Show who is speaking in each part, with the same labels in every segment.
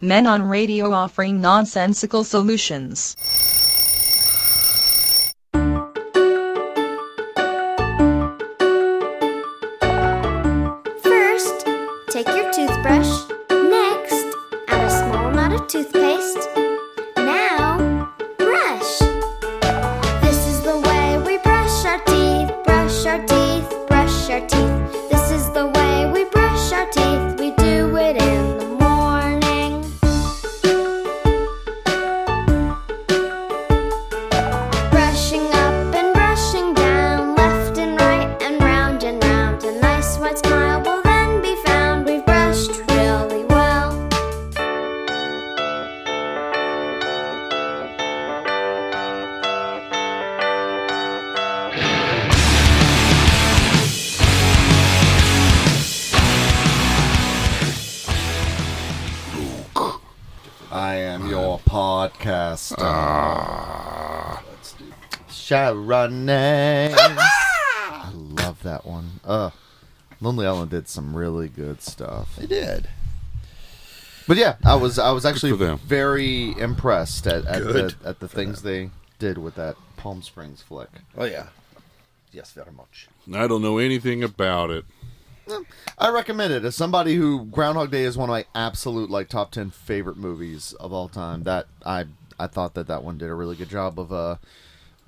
Speaker 1: Men on radio offering nonsensical solutions.
Speaker 2: First, take your toothbrush. Next, add a small amount of toothpaste. Now, brush. This is the way we brush our teeth, brush our teeth, brush our teeth. This is the way we brush our teeth. We do it in the morning. Brushing up and brushing down, left and right and round and round. A nice wide smile will then be found. We've brushed really well.
Speaker 3: I am your podcast.
Speaker 4: Ah.
Speaker 3: Let's do Sharon. I love that one. Ugh. Lonely Island did some really good stuff.
Speaker 4: They did.
Speaker 3: But yeah, I was I was actually
Speaker 4: for them.
Speaker 3: very impressed at, at the
Speaker 4: Good
Speaker 3: at the things they did with that Palm Springs flick.
Speaker 4: Oh yeah.
Speaker 3: Yes, very much.
Speaker 5: I don't know anything about it.
Speaker 3: I recommend it as somebody who Groundhog Day is one of my absolute like top ten favorite movies of all time. That I I thought that that one did a really good job of uh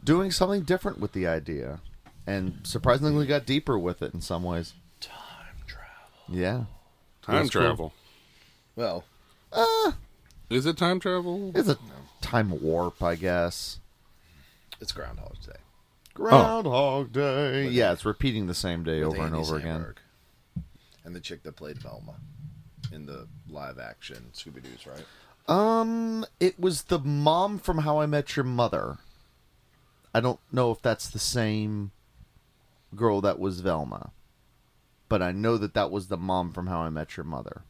Speaker 3: doing something different with the idea, and surprisingly got deeper with it in some ways. Time travel. Yeah,
Speaker 5: Time
Speaker 3: That's cool.
Speaker 5: travel.
Speaker 4: Well,
Speaker 5: Is it time travel?
Speaker 3: it's a time warp, I guess.
Speaker 4: it's Groundhog Day.
Speaker 3: Oh. Groundhog Day. Yeah, it's repeating the same day
Speaker 4: with
Speaker 3: over and
Speaker 4: Andy
Speaker 3: over again.
Speaker 4: Samberg. And the chick that played Velma in the live action Scooby Doo's, right?
Speaker 3: Um, it was the mom from How I Met Your Mother. I don't know if that's the same girl that was Velma, but I know that that was the mom from How I Met Your Mother.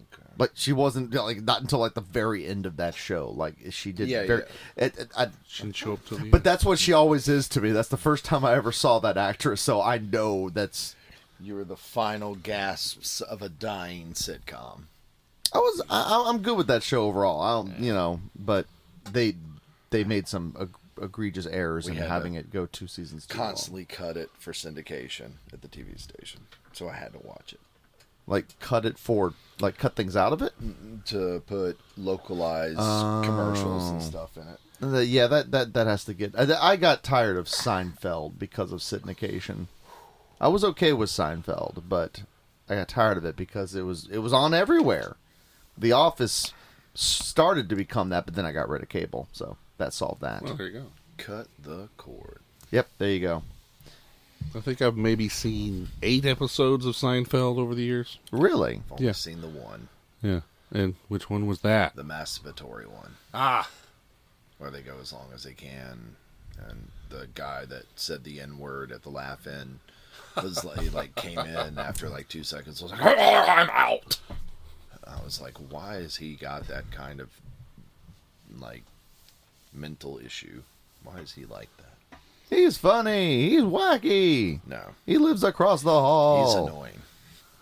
Speaker 4: Okay.
Speaker 3: But she wasn't like not until like the very end of that show. Like she did.
Speaker 4: Yeah,
Speaker 3: very, It, it- I,
Speaker 5: Shouldn't show up till the
Speaker 3: but that's what she always is to me. That's the first time I ever saw that actress, so I know that's.
Speaker 4: You were the final gasps of a dying sitcom.
Speaker 3: I was. I- I, I'm good with that show overall. I don't, you know, but they they made some eg- egregious errors
Speaker 4: We
Speaker 3: in
Speaker 4: had
Speaker 3: having
Speaker 4: a
Speaker 3: it go two seasons too long.
Speaker 4: Constantly cut it for syndication at the TV station, so I had to watch it.
Speaker 3: Like cut it for like cut things out of it.
Speaker 4: to put localized commercials and stuff in it.
Speaker 3: The- Uh, yeah, that that that has to get. I, I got tired of Seinfeld because of syndication. I was okay with Seinfeld, but I got tired of it because it was it was on everywhere. The Office started to become that, but then I got rid of cable, so that solved that.
Speaker 5: Well, there you go.
Speaker 4: Cut the cord.
Speaker 3: Yep, there you go.
Speaker 5: I think I've maybe seen eight episodes of Seinfeld over the years.
Speaker 3: Really?
Speaker 4: I've only
Speaker 5: Yeah.
Speaker 4: seen the one,
Speaker 5: Yeah. And which one was that?
Speaker 4: the masturbatory one,
Speaker 5: Ah.
Speaker 4: where they go as long as they can, and the guy that said the N word at the laugh in was like, he, like came in after like two seconds was like,
Speaker 5: I'm out.
Speaker 4: I was like, why has he got that kind of like mental issue? Why is he like that?
Speaker 3: He's funny. He's wacky.
Speaker 4: No,
Speaker 3: He lives across the hall.
Speaker 5: Oh.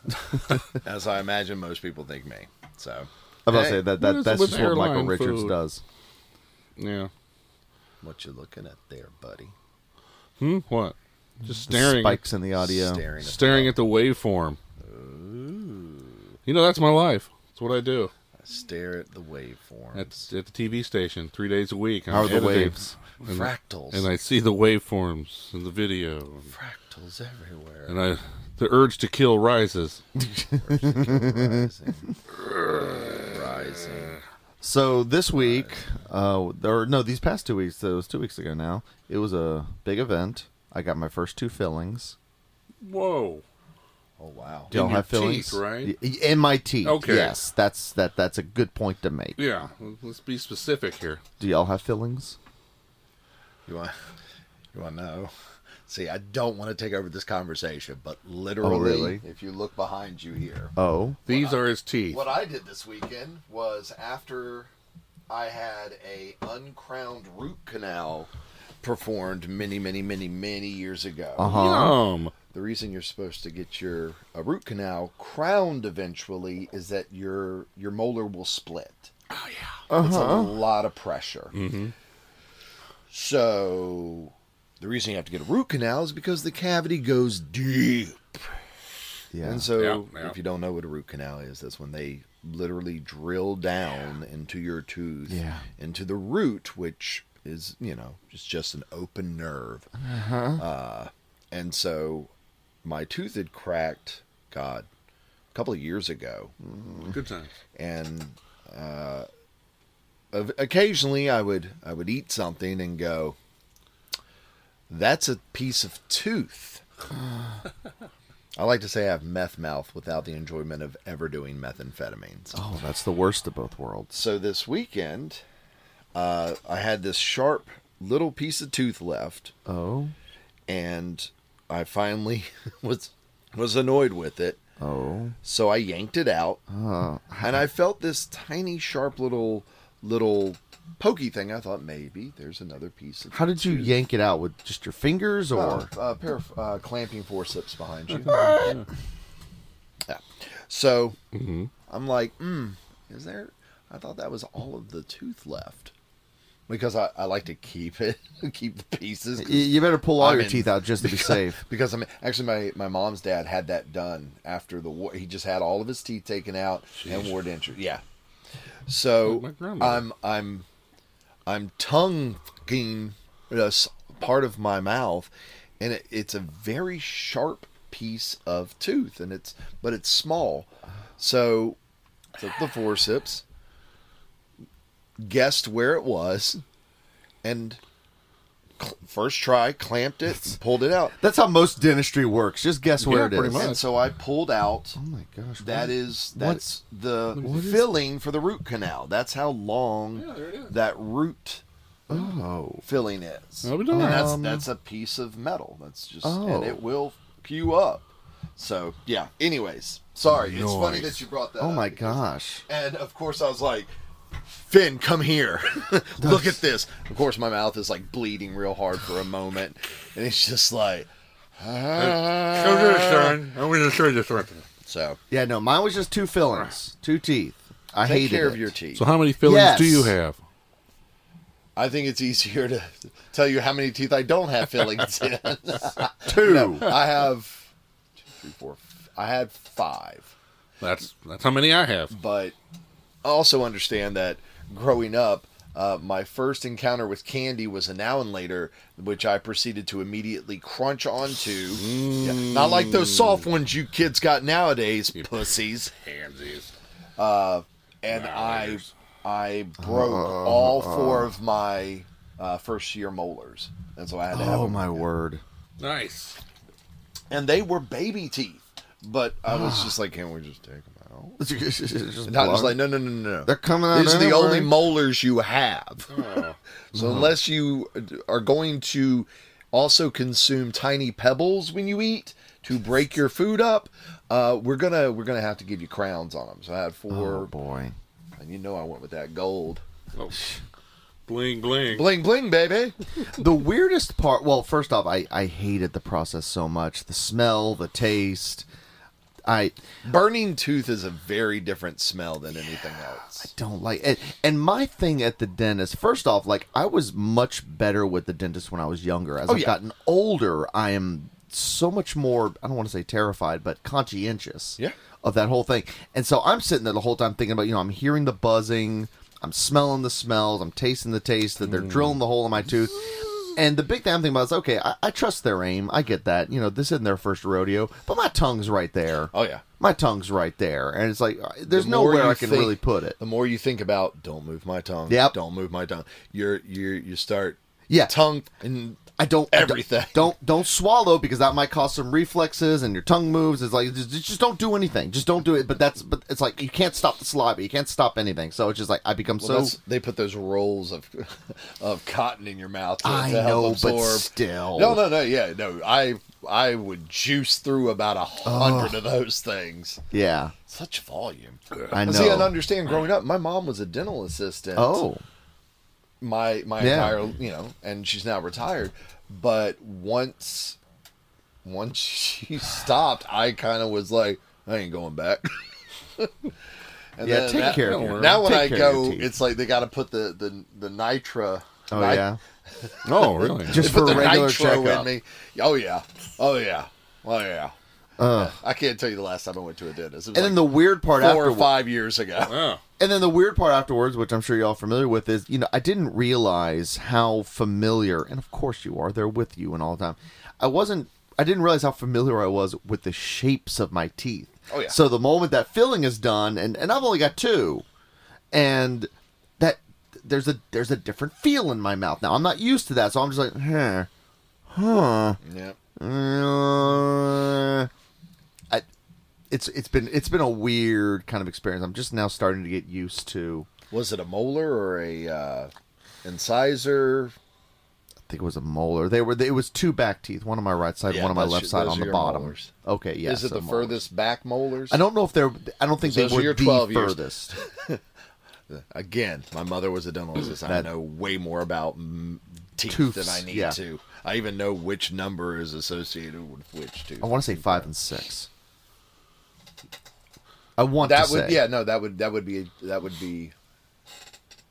Speaker 4: He's annoying. As I imagine most people think me. So
Speaker 3: I'm about to
Speaker 4: Hey,
Speaker 3: say that,
Speaker 5: what
Speaker 3: that
Speaker 5: is
Speaker 3: that's
Speaker 5: with
Speaker 3: just what Michael
Speaker 5: airline
Speaker 3: Richards
Speaker 5: food?
Speaker 3: does.
Speaker 5: Yeah.
Speaker 4: what you looking at there, buddy?
Speaker 5: Hmm? What? Just
Speaker 3: The
Speaker 5: staring.
Speaker 3: spikes in the audio.
Speaker 4: Staring at
Speaker 5: Staring at the waveform. You know, that's my life. That's what I do.
Speaker 4: the, stare at the waveforms.
Speaker 5: At, at the TV station, three days a week. I'm
Speaker 3: How are the
Speaker 5: editing.
Speaker 3: waves?
Speaker 5: And,
Speaker 4: fractals.
Speaker 5: and I see the waveforms in the video.
Speaker 4: fractals everywhere.
Speaker 5: And I, the urge to kill rises.
Speaker 4: rising. rising.
Speaker 3: So this week, uh, or no, these past two weeks, so it was two weeks ago now, it was a big event. I got my first two fillings.
Speaker 5: Whoa.
Speaker 4: Oh wow.
Speaker 3: Do y'all
Speaker 5: your
Speaker 3: have fillings?
Speaker 5: teeth, right?
Speaker 3: Y- In my teeth.
Speaker 5: Okay.
Speaker 3: Yes, that's that. That's a good point to make.
Speaker 5: Yeah. Let's be specific here.
Speaker 3: Do y'all have fillings?
Speaker 4: You want you want to know? See, I don't want to take over this conversation, but literally,
Speaker 3: really?
Speaker 4: if you look behind you here,
Speaker 3: Oh,
Speaker 5: These are his teeth.
Speaker 4: What I did this weekend was after I had a uncrowned
Speaker 5: Uh-huh.
Speaker 4: root canal performed many, many, many, many years ago.
Speaker 3: uh huh.
Speaker 5: Yum.
Speaker 4: the reason you're supposed to get your a root canal crowned eventually is that your your molar will split. Oh yeah, Mm-hmm. it's a lot of pressure. So the reason you have to get a root canal is because the cavity goes deep.
Speaker 3: Yeah.
Speaker 4: And so,
Speaker 5: Yeah, yeah.
Speaker 4: if you don't know what a root canal is, that's when they literally drill down into your tooth,
Speaker 3: Yeah.
Speaker 4: into the root, which is, you know, it's just an open nerve. Uh-huh. and so, my tooth had cracked, God, a couple of years ago.
Speaker 5: Good times.
Speaker 4: And uh, o- occasionally I would, I would eat something and go, that's a piece of tooth. I like to say I have meth mouth without the enjoyment of ever doing methamphetamines.
Speaker 3: oh, that's the worst of both worlds.
Speaker 4: So this weekend, uh, I had this sharp little piece of tooth left,
Speaker 3: Oh,
Speaker 4: and I finally was was annoyed with it.
Speaker 3: oh,
Speaker 4: So I yanked it out, and I felt this tiny, sharp little little pokey thing. I thought maybe there's another piece. Of
Speaker 3: how did you yank it out with just your fingers or?
Speaker 4: or
Speaker 5: Oh.
Speaker 4: uh, pair of uh, clamping forceps behind you. yeah. So
Speaker 3: Mm-hmm.
Speaker 4: I'm like, mm, is there? I thought that was all of the tooth left because I, I like to keep it, keep the pieces. 'cause-
Speaker 3: Y- You better pull all
Speaker 4: I'm
Speaker 3: your
Speaker 4: in.
Speaker 3: teeth out just to be safe.
Speaker 4: Because I'm actually my, my mom's dad had that done after the war. He just had all of his teeth taken out and wore dentures. Yeah.
Speaker 5: My
Speaker 4: So
Speaker 5: grandmother.
Speaker 4: I'm I'm I'm tongue fucking this part of my mouth, and it, it's a very sharp piece of tooth, and it's but it's small. So took the forceps, guessed where it was, and cl- first try clamped it, and pulled it out.
Speaker 3: That's how most dentistry works. Just guess where
Speaker 5: Yeah,
Speaker 3: it
Speaker 5: pretty
Speaker 3: is.
Speaker 5: much.
Speaker 4: And so I pulled out.
Speaker 3: Oh my gosh.
Speaker 4: That is that's the
Speaker 5: what is-
Speaker 4: filling for the root canal. That's how long
Speaker 5: Yeah, there it is.
Speaker 4: that root
Speaker 3: Oh.
Speaker 4: filling is.
Speaker 5: Oh, we
Speaker 4: and
Speaker 5: don't
Speaker 4: that's
Speaker 5: have-
Speaker 4: that's a piece of metal. That's just
Speaker 3: Oh.
Speaker 4: and it will queue up. So yeah. Anyways, sorry. It's funny
Speaker 5: Nice.
Speaker 4: that you brought that.
Speaker 3: Oh
Speaker 4: up
Speaker 3: my
Speaker 4: because-
Speaker 3: gosh.
Speaker 4: And of course I was like, Finn, come here. Look at this. Of course my mouth is like bleeding real hard for a moment, and it's just like.
Speaker 5: Come here, son. I'm going to show you something.
Speaker 4: So
Speaker 3: Yeah, no, mine was just two fillings, two teeth. I
Speaker 4: take
Speaker 3: hated
Speaker 4: care
Speaker 3: it.
Speaker 4: of your teeth.
Speaker 5: So, how many fillings do
Speaker 3: Yes.
Speaker 5: you have?
Speaker 4: I think it's easier to tell you how many teeth I don't have fillings in.
Speaker 3: Two.
Speaker 4: I have two, three, four. f- I had five,
Speaker 5: That's that's how many I have.
Speaker 4: but also understand that growing up, uh, my first encounter with candy was a now and later, which I proceeded to immediately crunch onto. Yeah, not like those soft ones you kids got nowadays, pussies.
Speaker 5: Pansies.
Speaker 4: and I
Speaker 5: Molars.
Speaker 4: I broke
Speaker 3: Uh-huh.
Speaker 4: all four of my uh, first year molars, and so I had to have
Speaker 3: Oh
Speaker 4: them.
Speaker 3: my word.
Speaker 5: Nice.
Speaker 4: and they were baby teeth, but I was just like, can't we just take them out?
Speaker 3: Just
Speaker 4: And I was
Speaker 3: blow.
Speaker 4: like, no, no, no, no, no.
Speaker 3: They're coming out
Speaker 4: These are the
Speaker 3: anyway.
Speaker 4: only molars you have. so unless you are going to also consume tiny pebbles when you eat to break your food up, uh, we're gonna we're gonna have to give you crowns on them. So I had
Speaker 3: Oh
Speaker 4: four,
Speaker 3: boy.
Speaker 4: and you know I went with that gold.
Speaker 5: Oh. Bling, bling.
Speaker 4: Bling bling, baby.
Speaker 3: The weirdest part. Well, first off, I I hated the process so much. The smell, the taste. I
Speaker 4: Burning tooth is a very different smell than anything else.
Speaker 3: don't like it. And my thing at the dentist, first off, like I was much better with the dentist when I was younger. As
Speaker 4: Oh,
Speaker 3: I've
Speaker 4: yeah.
Speaker 3: gotten older, I am so much more, I don't want to say terrified, but conscientious
Speaker 4: Yeah.
Speaker 3: of that whole thing. And so I'm sitting there the whole time thinking about, you know, I'm hearing the buzzing, I'm smelling the smells, I'm tasting the taste, that they're
Speaker 4: Mm.
Speaker 3: drilling the hole in my tooth. And the big thing I'm thinking about is okay, I, I trust their aim. I get that. You know, this isn't their first rodeo, but my tongue's right there.
Speaker 4: Oh yeah.
Speaker 3: My tongue's right there. And it's like, uh, there's
Speaker 4: The more
Speaker 3: nowhere
Speaker 4: you
Speaker 3: I can
Speaker 4: think-
Speaker 3: really put it.
Speaker 4: The more you think about, don't move my tongue.
Speaker 3: Yep.
Speaker 4: Don't move my tongue. You're you you start.
Speaker 3: Yeah.
Speaker 4: Tongue and
Speaker 3: I don't I don't-
Speaker 4: Everything.
Speaker 3: don't don't swallow because that might cause some reflexes and your tongue moves. It's like just, just don't do anything. Just don't do it. But that's but it's like you can't stop the saliva. You can't stop anything. So it's just like I become
Speaker 4: well,
Speaker 3: so.
Speaker 4: that's they put those rolls of of cotton in your mouth. To,
Speaker 3: I
Speaker 4: to help
Speaker 3: know, but
Speaker 4: absorb.
Speaker 3: still.
Speaker 4: No no no yeah no I I would juice through about a hundred of those things.
Speaker 3: Yeah,
Speaker 4: Such volume.
Speaker 3: I know.
Speaker 4: See, I understand. Growing up, my mom was a dental assistant.
Speaker 3: oh,
Speaker 4: my my
Speaker 3: Yeah.
Speaker 4: entire you know and she's now retired but once once she stopped, I kind of was like, I ain't going back. and
Speaker 3: Yeah,
Speaker 4: then
Speaker 3: take
Speaker 4: that-
Speaker 3: care of your-
Speaker 4: Now when
Speaker 3: take
Speaker 4: I
Speaker 3: care of
Speaker 4: go,
Speaker 3: your teeth.
Speaker 4: it's like they got to put the the the nitra.
Speaker 3: Oh
Speaker 4: nit-
Speaker 3: yeah.
Speaker 5: Oh, really?
Speaker 4: they
Speaker 3: Just
Speaker 4: put
Speaker 3: for
Speaker 4: the
Speaker 3: a regular
Speaker 4: nitro
Speaker 3: checkup.
Speaker 4: in me. Oh yeah, oh yeah, oh yeah. I can't tell you the last time I went to a dentist. It was
Speaker 3: And then the weird part
Speaker 4: four or
Speaker 3: afterwards.
Speaker 4: five years ago.
Speaker 5: Wow.
Speaker 3: And then the weird part afterwards, which I'm sure you're all familiar with, is you know I didn't realize how familiar, and of course you are, they're with you and all the time. I wasn't, I didn't realize how familiar I was with the shapes of my teeth.
Speaker 4: Oh, yeah.
Speaker 3: So the moment that filling is done, and and I've only got two, and that there's a there's a different feel in my mouth now. I'm not used to that, so I'm just like, huh, huh.
Speaker 4: Yeah.
Speaker 3: Uh, I, it's it's been it's been a weird kind of experience. I'm just now starting to get used to.
Speaker 4: Was it a molar or a uh, incisor?
Speaker 3: I think it was a molar. They were it was two back teeth, one on my right side,
Speaker 4: Yeah,
Speaker 3: one on my
Speaker 4: that's
Speaker 3: left
Speaker 4: your-
Speaker 3: side,
Speaker 4: those
Speaker 3: on
Speaker 4: are
Speaker 3: the
Speaker 4: your
Speaker 3: bottom.
Speaker 4: molars.
Speaker 3: Okay, yeah.
Speaker 4: Is it
Speaker 3: so
Speaker 4: the
Speaker 3: molars.
Speaker 4: furthest back molars?
Speaker 3: I don't know if they're. I don't think
Speaker 4: Those
Speaker 3: they
Speaker 4: are
Speaker 3: were
Speaker 4: your
Speaker 3: the
Speaker 4: 12 years.
Speaker 3: furthest.
Speaker 4: Again, my mother was a dental assistant.
Speaker 3: That-
Speaker 4: I know way more about mm, teeth than I
Speaker 3: Tooths,
Speaker 4: need
Speaker 3: yeah.
Speaker 4: to. I even know which number is associated with which tooth.
Speaker 3: I want to say five and six. I want
Speaker 4: that
Speaker 3: to
Speaker 4: would
Speaker 3: say.
Speaker 4: yeah no that would that would be that would be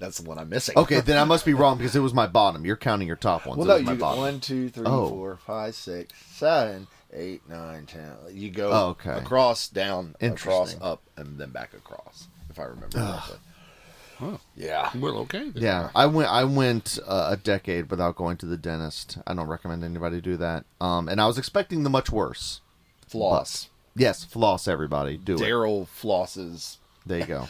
Speaker 4: that's the one I'm missing.
Speaker 3: Okay, then I must be wrong because it was my bottom. You're counting your top ones.
Speaker 4: Well,
Speaker 3: It
Speaker 4: no,
Speaker 3: was my
Speaker 4: you
Speaker 3: bottom.
Speaker 4: one, two, three,
Speaker 3: Oh.
Speaker 4: four, five, six, seven, eight, nine, ten. You go
Speaker 3: Oh, okay.
Speaker 4: across, down, across,
Speaker 3: Interesting.
Speaker 4: up, and then back across. If I remember correctly.
Speaker 5: Oh.
Speaker 4: Yeah.
Speaker 5: Well, okay. then.
Speaker 3: Yeah, I went. I went uh, a decade without going to the dentist. I don't recommend anybody do that. Um, and I was expecting the much worse.
Speaker 4: Floss.
Speaker 3: Yes, floss, everybody. Do it.
Speaker 4: Daryl flosses.
Speaker 3: There you go.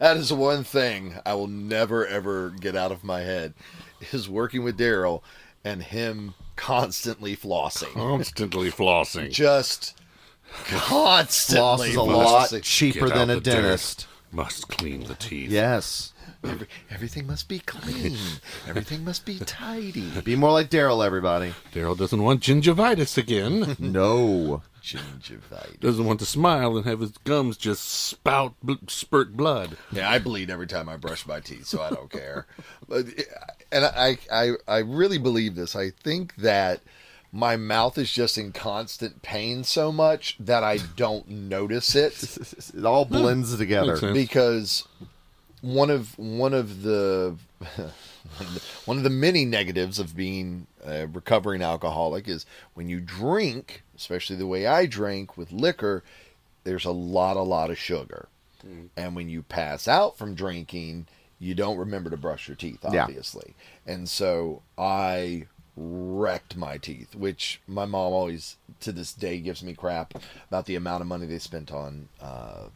Speaker 4: That is one thing I will never ever get out of my head is working with Daryl and him constantly flossing.
Speaker 5: Constantly flossing.
Speaker 4: Just
Speaker 3: Floss
Speaker 4: constantly
Speaker 3: is a lot
Speaker 4: flossing.
Speaker 3: cheaper
Speaker 5: Get out
Speaker 3: than a
Speaker 5: the
Speaker 3: dentist.
Speaker 5: dirt. Must clean the teeth.
Speaker 3: Yes,
Speaker 4: Every- everything must be clean. everything must be tidy.
Speaker 3: be more like Daryl, everybody.
Speaker 5: Daryl doesn't want gingivitis again.
Speaker 3: No,
Speaker 4: Gingivitis.
Speaker 5: doesn't want to smile and have his gums just spout bl- spurt blood.
Speaker 4: Yeah, I bleed every time I brush my teeth, so I don't care. But eh, and I, I I really believe this. I think that my mouth is just in constant pain so much that I don't notice it
Speaker 3: it all
Speaker 4: Hmm.
Speaker 3: blends
Speaker 5: Makes
Speaker 3: together.
Speaker 5: sense.
Speaker 4: because one of one of the one of the many negatives of being a recovering alcoholic is when you drink, especially the way I drink with liquor, there's a lot a lot of sugar.
Speaker 5: Mm.
Speaker 4: And when you pass out from drinking, you don't remember to brush your teeth,
Speaker 3: Yeah.
Speaker 4: obviously. And so I wrecked my teeth, which my mom always to this day gives me crap about the amount of money they spent on uh,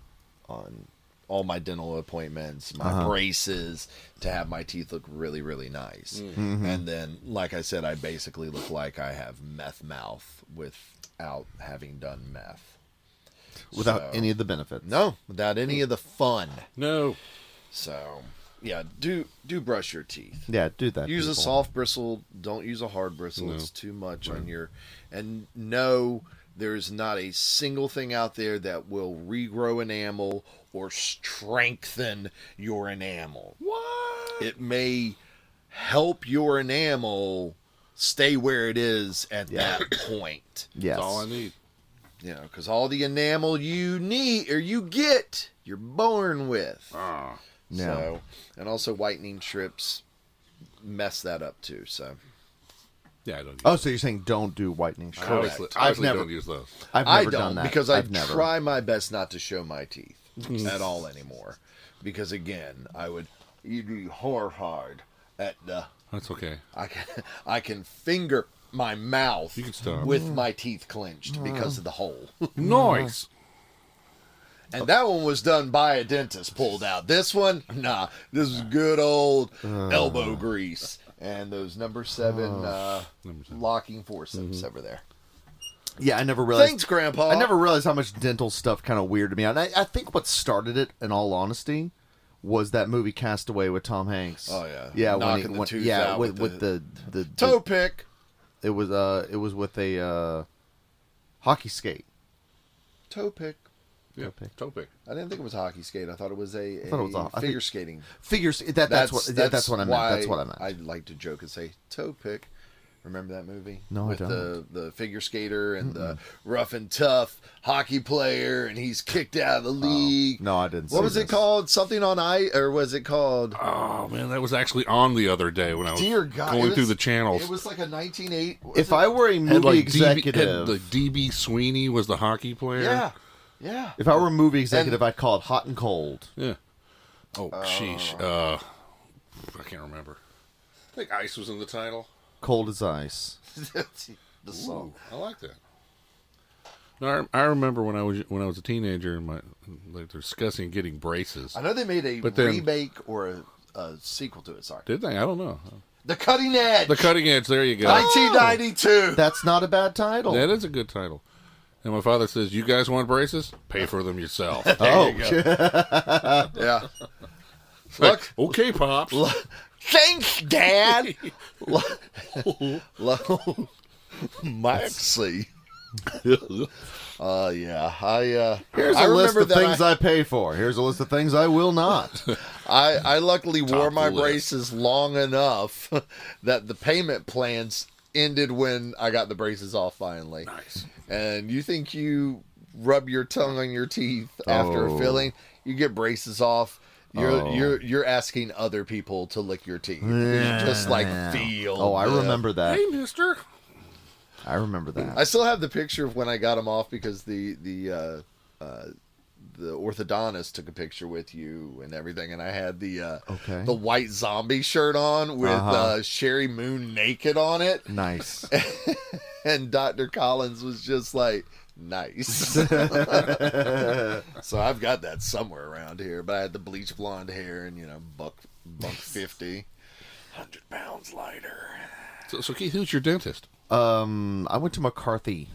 Speaker 4: on all my dental appointments, my
Speaker 3: Uh-huh.
Speaker 4: braces to have my teeth look really, really nice.
Speaker 3: Mm-hmm.
Speaker 4: And then, like I said, I basically look like I have meth mouth without having done meth.
Speaker 3: Without
Speaker 4: So-
Speaker 3: any of the benefits.
Speaker 4: no, without any
Speaker 3: Mm.
Speaker 4: of the fun.
Speaker 5: No.
Speaker 4: So, yeah, do do brush your teeth.
Speaker 3: Yeah, do that.
Speaker 4: Use a
Speaker 3: people.
Speaker 4: soft bristle. Don't use a hard bristle. It's too much on your. And no, there is not a single thing out there that will regrow enamel or strengthen your enamel.
Speaker 5: What?
Speaker 4: It may help your enamel stay where it is at that point.
Speaker 3: Yes.
Speaker 5: That's all I need.
Speaker 4: You know, because all the enamel you need or you get, you're born with.
Speaker 5: Ah.
Speaker 3: Yeah.
Speaker 4: So, and also whitening strips mess that up too. So
Speaker 5: Yeah, I don't. Use
Speaker 3: Oh, so you're saying don't do whitening
Speaker 5: those.
Speaker 3: strips?
Speaker 5: I obviously,
Speaker 4: correct.
Speaker 5: I obviously
Speaker 3: I've never-
Speaker 5: don't use those.
Speaker 3: I've never
Speaker 4: I don't
Speaker 3: done that
Speaker 4: because I
Speaker 3: I've never.
Speaker 4: try my best not to show my teeth at all anymore. Because again, I would you'd be horrified at the
Speaker 5: That's okay.
Speaker 4: I can I can finger my mouth
Speaker 5: You can stop.
Speaker 4: with
Speaker 3: Mm.
Speaker 4: my teeth clenched because of the hole.
Speaker 5: Noise.
Speaker 4: And that one was done by a dentist pulled out. This one, nah, this is good old
Speaker 5: Uh.
Speaker 4: elbow grease and those number seven uh,
Speaker 5: Oh. Number seven. Mm-hmm.
Speaker 4: locking forceps over there.
Speaker 3: Yeah, I never realized.
Speaker 4: Thanks, Grandpa.
Speaker 3: I never realized how much dental stuff kind of weirded me out. And I, I think what started it, in all honesty, was that movie Castaway with Tom Hanks.
Speaker 4: Oh, yeah.
Speaker 3: yeah, when he,
Speaker 4: Knocking the
Speaker 3: when-
Speaker 4: tooth
Speaker 3: yeah,
Speaker 4: out
Speaker 3: with,
Speaker 4: with
Speaker 3: with the the, the-
Speaker 4: Toe pick,
Speaker 3: it was uh, it was with a uh, hockey skate.
Speaker 4: toe pick.
Speaker 5: Yeah.
Speaker 3: Topic.
Speaker 5: Topic.
Speaker 4: I didn't think it was hockey skate. I thought it was a, a
Speaker 3: thought it was a- I think-
Speaker 4: figure skating.
Speaker 3: Figures that that's, what yeah, that's, what I meant.
Speaker 4: why
Speaker 3: That's what I meant.
Speaker 4: I like to joke and say toe pick Remember that movie?
Speaker 3: No, I
Speaker 4: With The, the figure skater and the rough and tough hockey player, and he's kicked out of the league.
Speaker 3: Oh, no, I didn't
Speaker 4: What
Speaker 3: see
Speaker 4: was it
Speaker 3: this.
Speaker 4: called? Something on ice, or was it called?
Speaker 5: Oh man, that was actually on the other day when I was
Speaker 4: Dear God!
Speaker 5: going
Speaker 4: it was-
Speaker 5: through the channels.
Speaker 4: It was like a 1980. was
Speaker 3: If
Speaker 4: it?
Speaker 3: I were a
Speaker 5: Had,
Speaker 3: movie
Speaker 5: like
Speaker 3: executive,
Speaker 5: DB, had, like DB Sweeney was the hockey player.
Speaker 4: yeah, yeah.
Speaker 3: if I were a movie executive, I'd call it hot and cold.
Speaker 5: Yeah. Oh, sheesh. Uh, I can't remember. I think Ice was in the title.
Speaker 3: Cold as ice.
Speaker 4: the song.
Speaker 5: I like that. No, I, I remember when I was when I was a teenager, and my like they're discussing getting braces.
Speaker 4: I know they made a
Speaker 5: But then-
Speaker 4: remake or a, a sequel to it. Sorry,
Speaker 5: Did they? I don't know.
Speaker 4: The Cutting Edge.
Speaker 5: The Cutting Edge. There you go.
Speaker 4: 1992.
Speaker 3: That's not a bad title.
Speaker 5: That is a good title. And my father says, "You guys want braces? Pay for them yourself."
Speaker 3: oh,
Speaker 4: yeah.
Speaker 5: Like, okay, pops.
Speaker 4: Thanks, Dad. Lo- Lo- Moxie. uh, yeah. I uh,
Speaker 3: here's a
Speaker 4: I
Speaker 3: list
Speaker 4: remember
Speaker 3: of
Speaker 4: that
Speaker 3: things
Speaker 4: I,
Speaker 3: I... pay for. Here's a list of things I will not.
Speaker 4: I, I luckily wore
Speaker 5: Top
Speaker 4: my
Speaker 5: list.
Speaker 4: braces long enough that the payment plans ended when I got the braces off finally.
Speaker 5: Nice.
Speaker 4: And you think you rub your tongue on your teeth after
Speaker 3: Oh.
Speaker 4: a filling? You get braces off. You're
Speaker 3: Oh.
Speaker 4: you're you're asking other people to lick your teeth. You just like feel.
Speaker 3: Oh, I
Speaker 4: the-
Speaker 3: remember that.
Speaker 5: Hey, Mister.
Speaker 3: I remember that.
Speaker 4: I still have the picture of when I got them off because the the uh, uh, the orthodontist took a picture with you and everything, and I had the uh,
Speaker 3: Okay.
Speaker 4: the white zombie shirt on with uh
Speaker 3: Uh-huh.
Speaker 4: Sherry Moon naked on it,
Speaker 3: Nice.
Speaker 4: and Doctor Collins was just like. Nice. so I've got that somewhere around here, but I had the bleach blonde hair and you know buck buck fifty, hundred pounds lighter.
Speaker 5: So, so Keith, who's your dentist?
Speaker 3: Um, I went to McCarthy,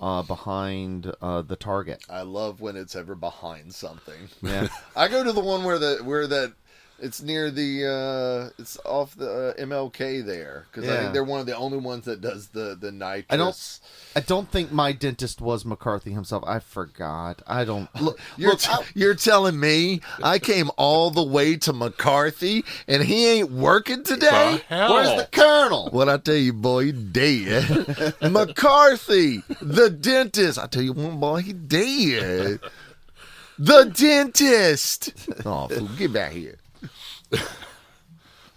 Speaker 3: uh, behind uh, the Target.
Speaker 4: I love when it's ever behind something.
Speaker 3: Yeah.
Speaker 4: I go to the one where the where that it's near the uh it's off the uh, MLK there because I
Speaker 3: Yeah.
Speaker 4: think they're one of the only ones that does the the nitrous.
Speaker 3: I don't. I don't think my dentist was McCarthy himself. I forgot. I don't. Look,
Speaker 4: You're
Speaker 3: look,
Speaker 4: t-
Speaker 3: I-
Speaker 4: you're telling me I came all the way to McCarthy and he ain't working today.
Speaker 5: The hell?
Speaker 4: Where's the colonel? What I tell you, boy, he dead. McCarthy, the dentist. I tell you, one boy, he dead. The dentist. Oh, fool, get back here,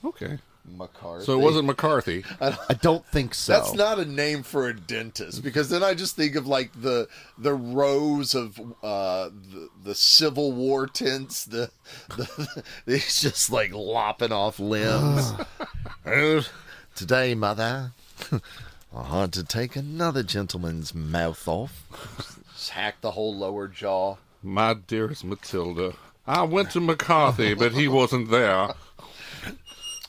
Speaker 5: Okay.
Speaker 4: McCarthy.
Speaker 5: So it wasn't McCarthy.
Speaker 3: I don't think so.
Speaker 4: That's not a name for a dentist because then I just think of like the the rows of uh, the, the Civil War tents. The, the he's just like lopping off limbs. And Today, mother, I had to take another gentleman's mouth off. Just hack the whole lower jaw.
Speaker 5: My dearest Matilda, I went to McCarthy, but he wasn't there.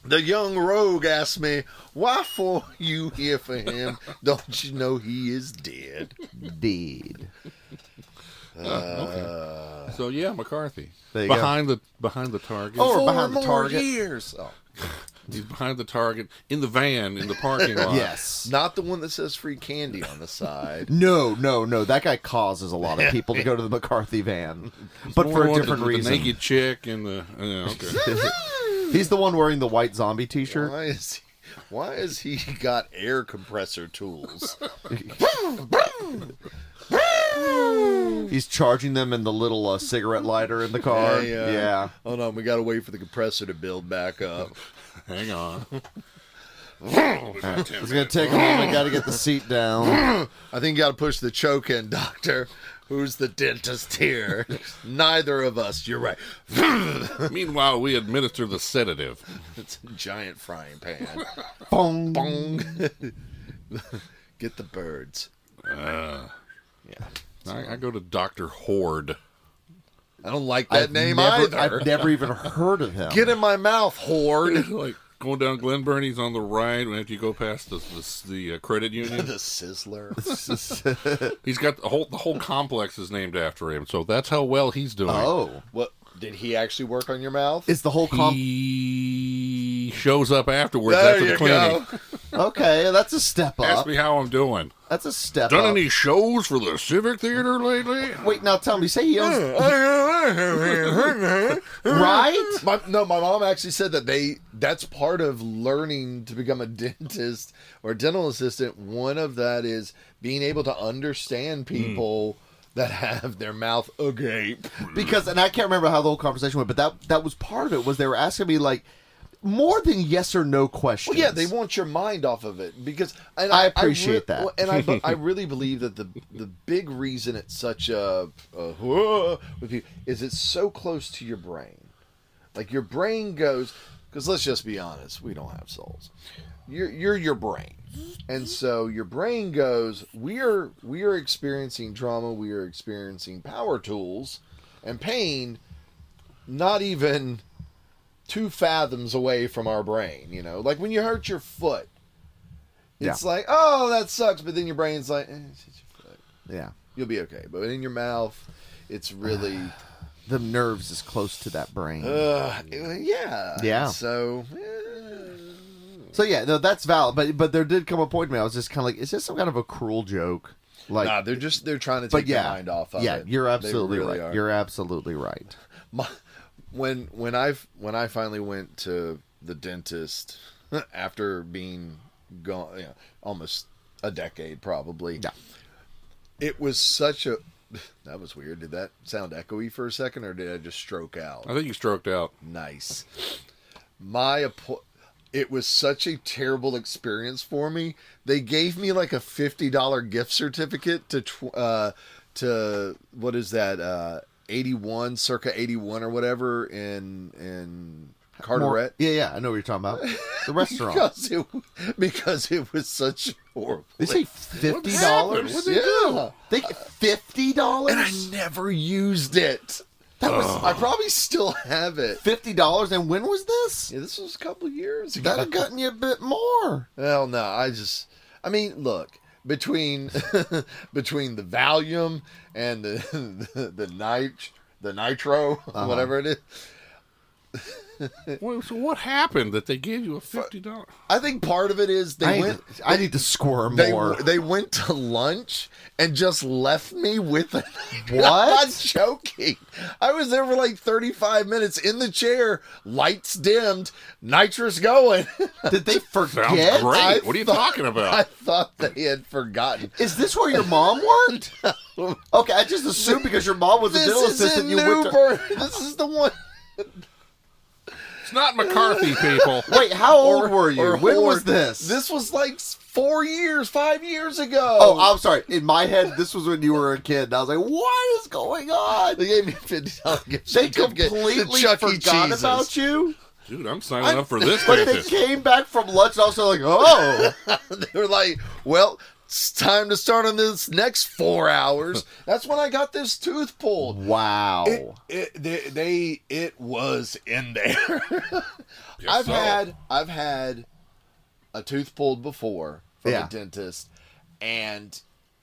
Speaker 4: The young rogue asked me, "Why for you here for him? Don't you know he is dead?"
Speaker 3: deed.
Speaker 5: So yeah, McCarthy.
Speaker 3: There you go.
Speaker 5: behind the behind the target.
Speaker 3: Oh,
Speaker 4: Four
Speaker 3: behind the
Speaker 4: more
Speaker 3: target.
Speaker 4: years. Oh.
Speaker 5: He's behind the target in the van in the parking lot.
Speaker 3: Yes.
Speaker 4: Not the one that says free candy on the side.
Speaker 3: No, no, no. That guy causes a lot of people to go to the McCarthy van, but
Speaker 5: The
Speaker 3: for
Speaker 5: one
Speaker 3: a
Speaker 5: with
Speaker 3: different
Speaker 5: the,
Speaker 3: reason.
Speaker 5: The naked chick and the yeah, okay.
Speaker 3: He's the one wearing the white zombie T-shirt.
Speaker 4: Why is he? Why has he got air compressor tools?
Speaker 3: He's charging them in the little uh, cigarette lighter in the car.
Speaker 4: Hey, uh,
Speaker 3: yeah.
Speaker 4: Hold on, we gotta wait for the compressor to build back up.
Speaker 5: Hang on.
Speaker 3: It's gonna take a moment. Got to get the seat down.
Speaker 4: I think you gotta push the choke in, doctor. Who's the dentist here? Neither of us. You're right.
Speaker 5: Meanwhile, we administer the sedative.
Speaker 4: It's a giant frying pan.
Speaker 3: Bong.
Speaker 4: Get the birds.
Speaker 5: I, I go to Doctor Horde.
Speaker 4: I don't like that
Speaker 3: I've
Speaker 4: name
Speaker 3: never,
Speaker 4: either.
Speaker 3: I've never even heard of him.
Speaker 4: Get in my mouth, horde.
Speaker 5: Like going down Glen Burnie's on the right, and after you go past the the, the uh, credit union,
Speaker 4: the sizzler.
Speaker 5: he's got the whole the whole complex is named after him. So that's how well he's doing.
Speaker 3: Oh,
Speaker 4: What did he actually work on your mouth?
Speaker 3: is the whole comp?
Speaker 5: he shows up afterwards
Speaker 4: there
Speaker 5: after
Speaker 4: you
Speaker 5: the cleaning.
Speaker 4: go.
Speaker 3: Okay, that's a step
Speaker 5: Ask
Speaker 3: up.
Speaker 5: me how I'm doing.
Speaker 3: That's a step
Speaker 4: Uh,
Speaker 5: Done
Speaker 3: up.
Speaker 5: any shows for the Civic Theater lately?
Speaker 3: Wait, now tell me. Say he owns. right?
Speaker 4: My, no, my mom actually said that they that's part of learning to become a dentist or dental assistant. One of that is being able to understand people that have their mouth agape.
Speaker 3: because and I can't remember how the whole conversation went, but that that was part of it was they were asking me like more than yes or no questions.
Speaker 4: Well, yeah, they want your mind off of it because and
Speaker 3: I
Speaker 4: I,
Speaker 3: appreciate that.
Speaker 4: well, and I, bu- I really believe that the the big reason it's such a, a whoa with you is it's so close to your brain. Like your brain goes because let's just be honest, we don't have souls. You're you're your brain, and so your brain goes. We are we are experiencing trauma. We are experiencing power tools and pain. Not even two fathoms away from our brain. You know, like when you hurt your foot, it's like, oh, that sucks. But then your brain's like, eh, it's just your foot.
Speaker 3: Yeah.
Speaker 4: you'll be okay. But in your mouth, it's really,
Speaker 3: The nerves is close to that brain.
Speaker 4: uh, yeah,
Speaker 3: Yeah.
Speaker 4: So, eh,
Speaker 3: so yeah, no, that's valid. But but there did come a point to me. I was just kind of like, is this some kind of a cruel joke? Like,
Speaker 4: nah, they're just they're trying to
Speaker 3: but
Speaker 4: take
Speaker 3: yeah,
Speaker 4: your mind off of
Speaker 3: yeah,
Speaker 4: it.
Speaker 3: you're
Speaker 4: They
Speaker 3: absolutely
Speaker 4: really
Speaker 3: right.
Speaker 4: are.
Speaker 3: You're absolutely right.
Speaker 4: my, when when I when I finally went to the dentist after being gone you know, almost a decade probably.
Speaker 3: Yeah.
Speaker 4: It was such a that was weird. Did that sound echoey for a second or did I just stroke out?
Speaker 5: I think you stroked out.
Speaker 4: Nice. My appo- it was such a terrible experience for me. They gave me like a fifty dollar gift certificate to tw- uh, to what is that uh, eighty one circa eighty one or whatever in in
Speaker 3: More,
Speaker 4: Carteret
Speaker 3: yeah, yeah, I know what you're talking about. The restaurant.
Speaker 4: because it because it was such horrible.
Speaker 3: they say fifty dollars.
Speaker 4: What they do?
Speaker 3: They fifty
Speaker 4: And I
Speaker 3: dollars.
Speaker 4: never used it. That was I probably still have it.
Speaker 3: Fifty dollars. And when was this?
Speaker 4: Yeah, this was a couple years ago.
Speaker 3: That'd have gotten you a bit more.
Speaker 4: Well, no, I just, I mean, look between between the Valium and the the, the nit the nitro,
Speaker 3: Uh-huh.
Speaker 4: whatever it is,
Speaker 5: Well, so what happened that they gave you a fifty dollar?
Speaker 4: I think part of it is they
Speaker 3: I,
Speaker 4: went.
Speaker 3: need to, I need to squirm
Speaker 4: They,
Speaker 3: more.
Speaker 4: they went to lunch and just left me with a
Speaker 3: What?
Speaker 4: I'm not joking. I was there for like 35 minutes in the chair, lights dimmed, nitrous going.
Speaker 3: Did they
Speaker 5: Sounds
Speaker 3: forget?
Speaker 5: great.
Speaker 4: I
Speaker 5: what are you
Speaker 4: thought-
Speaker 5: talking about?
Speaker 4: I thought they had forgotten.
Speaker 3: Is this where your mom worked? Okay, I just assumed because your mom was a dental
Speaker 4: This is
Speaker 3: assistant,
Speaker 4: in
Speaker 3: you went to.
Speaker 4: Newburgh. This is the one.
Speaker 5: it's not McCarthy, people.
Speaker 3: Wait, how old
Speaker 4: Or-
Speaker 3: were you?
Speaker 4: or
Speaker 3: when was
Speaker 4: Horde.
Speaker 3: this?
Speaker 4: This was like four years, five years ago.
Speaker 3: Oh, I'm sorry. In my head, this was when you were a kid. And I was like, what is going on?
Speaker 4: they gave me a fifty dollars gift
Speaker 3: They
Speaker 4: certificate to
Speaker 3: completely
Speaker 4: Chuck E.
Speaker 3: forgot
Speaker 4: Cheese's.
Speaker 3: about you.
Speaker 5: Dude, I'm signing up for this
Speaker 3: But they
Speaker 5: dentist.
Speaker 3: came back from lunch and I was like, oh.
Speaker 4: they were like, "Well, it's time to start on this next four hours." That's when I got this tooth pulled.
Speaker 3: Wow.
Speaker 4: It, it, they, they, it was in there.
Speaker 5: Guess
Speaker 4: I've
Speaker 5: so.
Speaker 4: had, I've had a tooth pulled before from
Speaker 3: Yeah.
Speaker 4: a dentist, and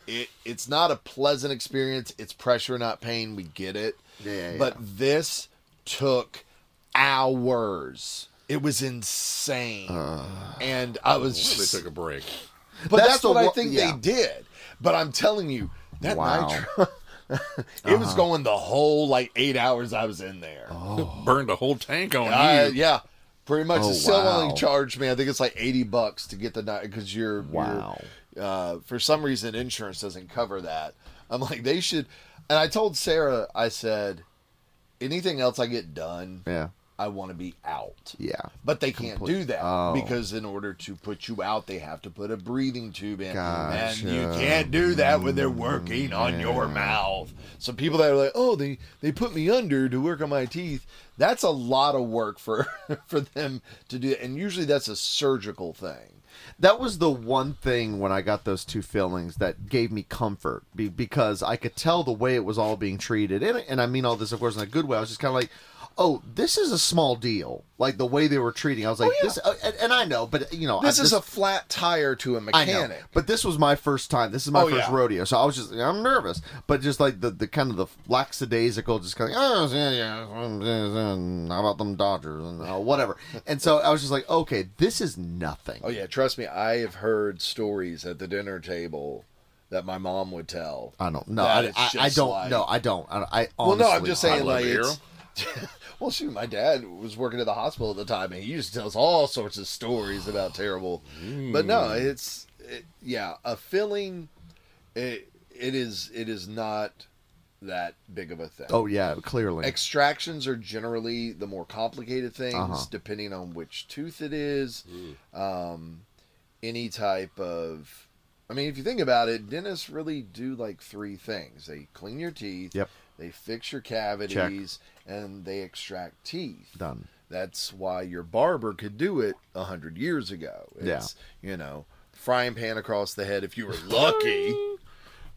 Speaker 4: it, it's not a pleasant experience. It's pressure, not pain. We get it.
Speaker 3: Yeah, yeah,
Speaker 4: But this took hours. It was insane,
Speaker 3: Uh.
Speaker 4: and I was
Speaker 5: They
Speaker 4: just
Speaker 5: took a break.
Speaker 4: but
Speaker 3: That's
Speaker 4: that's,
Speaker 3: the
Speaker 4: what I
Speaker 3: wo-
Speaker 4: think
Speaker 3: yeah.
Speaker 4: they did. But I'm telling you, that
Speaker 3: Wow. Uh-huh.
Speaker 4: nitro, it was going the whole like eight hours I was in there.
Speaker 5: Burned a whole tank on
Speaker 4: I-
Speaker 5: you.
Speaker 4: Oh. yeah, pretty much.
Speaker 3: Oh,
Speaker 4: it still
Speaker 3: wow.
Speaker 4: only charged me. I think it's like eighty bucks to get the nitro because you're you're-
Speaker 3: Wow.
Speaker 4: uh, for some reason, insurance doesn't cover that. I'm like, they should. And I told Sarah, I said, anything else I get done,
Speaker 3: yeah.
Speaker 4: I want to be out.
Speaker 3: Yeah.
Speaker 4: But they can't do that
Speaker 3: Oh.
Speaker 4: because in order to put you out, they have to put a breathing tube in,
Speaker 3: Gotcha. Mm-hmm.
Speaker 4: and you can't do that when they're working on your mouth. So people that are like, "Oh, they they put me under to work on my teeth," that's a lot of work for for them to do, and usually that's a surgical thing.
Speaker 3: That was the one thing when I got those two fillings that gave me comfort be- because I could tell the way it was all being treated. And, and I mean all this, of course, in a good way. I was just kind of like, oh, this is a small deal. Like the way they were treating. I was like, this, uh, and, and I know, but you know,
Speaker 4: Oh, This
Speaker 3: I,
Speaker 4: is a flat tire to a
Speaker 3: I know,
Speaker 4: mechanic.
Speaker 3: but this was my first time. This is my
Speaker 4: Oh,
Speaker 3: first
Speaker 4: yeah.
Speaker 3: rodeo, so I was just I'm nervous, but just like the, the kind of the lackadaisical, just kind of oh yeah yeah, mm, yeah, yeah, how about them Dodgers and uh, whatever, and so I was just like okay, this is nothing.
Speaker 4: Oh yeah, trust me, I have heard stories at the dinner table that my mom would tell.
Speaker 3: I don't know.
Speaker 4: That
Speaker 3: I,
Speaker 4: is
Speaker 3: I, I
Speaker 4: just
Speaker 3: don't.
Speaker 4: like-
Speaker 3: no, I don't. I, I
Speaker 4: Well,
Speaker 3: honestly.
Speaker 4: no, I'm just saying,
Speaker 5: love
Speaker 4: like,
Speaker 5: Arrow.
Speaker 4: it's, well, shoot, my dad was working at the hospital at the time, and he used to tell us all sorts of stories about terrible.
Speaker 3: Hmm.
Speaker 4: But no, it's it, yeah, a filling. It it is it is not that big of a thing.
Speaker 3: Oh yeah, clearly.
Speaker 4: Extractions are generally the more complicated things,
Speaker 3: Uh-huh.
Speaker 4: depending on which tooth it is. Um, any type of, I mean, if you think about it, dentists really do like three things: they clean your teeth,
Speaker 3: Yep.
Speaker 4: they fix your cavities, and they extract teeth.
Speaker 3: Done.
Speaker 4: That's why your barber could do it a hundred years ago.
Speaker 3: Yeah.
Speaker 4: It's, you know, frying pan across the head if you were lucky.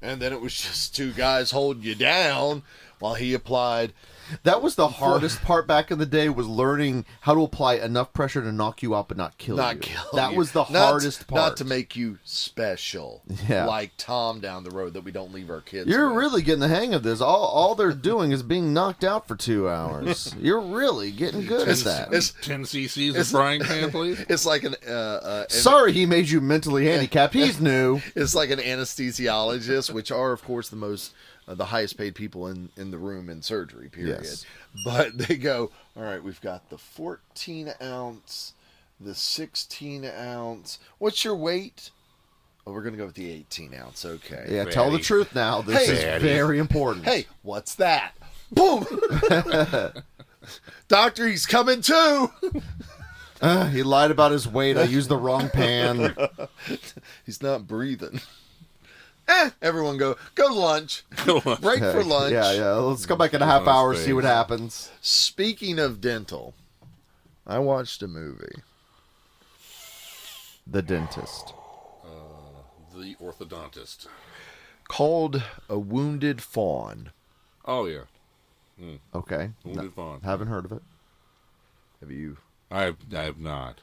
Speaker 4: And then it was just two guys holding you down while he applied.
Speaker 3: That was the hardest part back in the day was learning how to apply enough pressure to knock you out but not kill
Speaker 4: Not
Speaker 3: you.
Speaker 4: kill
Speaker 3: that
Speaker 4: you.
Speaker 3: was the
Speaker 4: Not-
Speaker 3: hardest part.
Speaker 4: Not to make you special,
Speaker 3: Yeah.
Speaker 4: like Tom down the road that we don't leave our kids.
Speaker 3: You're
Speaker 4: with.
Speaker 3: really getting the hang of this. All all they're doing is being knocked out for two hours. You're really getting good at that.
Speaker 4: It's,
Speaker 5: Ten cc's of frying pan, please.
Speaker 4: it's like an uh, uh, an-
Speaker 3: Sorry, he made you mentally handicapped. He's new.
Speaker 4: it's like an anesthesiologist, which are of course the most uh, the highest paid people in in the room in surgery. Period.
Speaker 3: Yes.
Speaker 4: But they go, all right, we've got the 14 ounce, the 16 ounce. What's your weight? Oh, we're gonna go with the 18 ounce. Okay.
Speaker 3: Yeah, tell the
Speaker 5: Fatty.
Speaker 3: truth now. This
Speaker 4: Hey.
Speaker 3: is very important.
Speaker 4: Hey, what's that? Boom. Doctor, he's coming too.
Speaker 3: Uh, he lied about his weight. I used the wrong pan.
Speaker 4: He's not breathing. Eh, everyone go go to lunch. Go lunch. Break for lunch.
Speaker 3: Yeah, yeah. Let's go back in a half
Speaker 5: Those
Speaker 3: hour, see
Speaker 5: things.
Speaker 3: what happens.
Speaker 4: Speaking of dental, I watched a movie.
Speaker 3: The dentist.
Speaker 5: The orthodontist.
Speaker 4: called A Wounded Fawn.
Speaker 5: Oh yeah,
Speaker 3: Okay.
Speaker 5: we'll move on.
Speaker 3: Haven't heard of it.
Speaker 4: Have you?
Speaker 5: I have, I have not.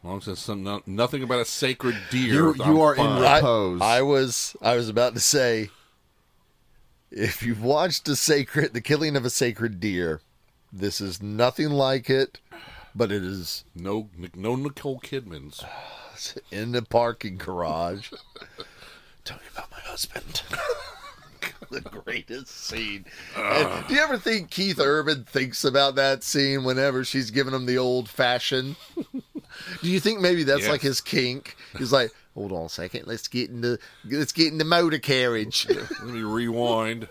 Speaker 5: As long as there's some no, nothing about a sacred deer.
Speaker 3: You-
Speaker 5: I'm
Speaker 3: you are in
Speaker 5: fine.
Speaker 3: re- Repose.
Speaker 4: I, I was I was about to say if you've watched a sacred the killing of a sacred deer, this is nothing like it, but it is
Speaker 5: no no Nicole Kidman's.
Speaker 4: in the parking garage. Tell me about my husband. the greatest scene. And do you ever think Keith Urban thinks about that scene whenever she's giving him the old fashioned? do you think maybe that's
Speaker 5: Yes.
Speaker 4: like his kink? He's like, hold on a second, let's get in the let's get in the motor carriage.
Speaker 5: Let me rewind.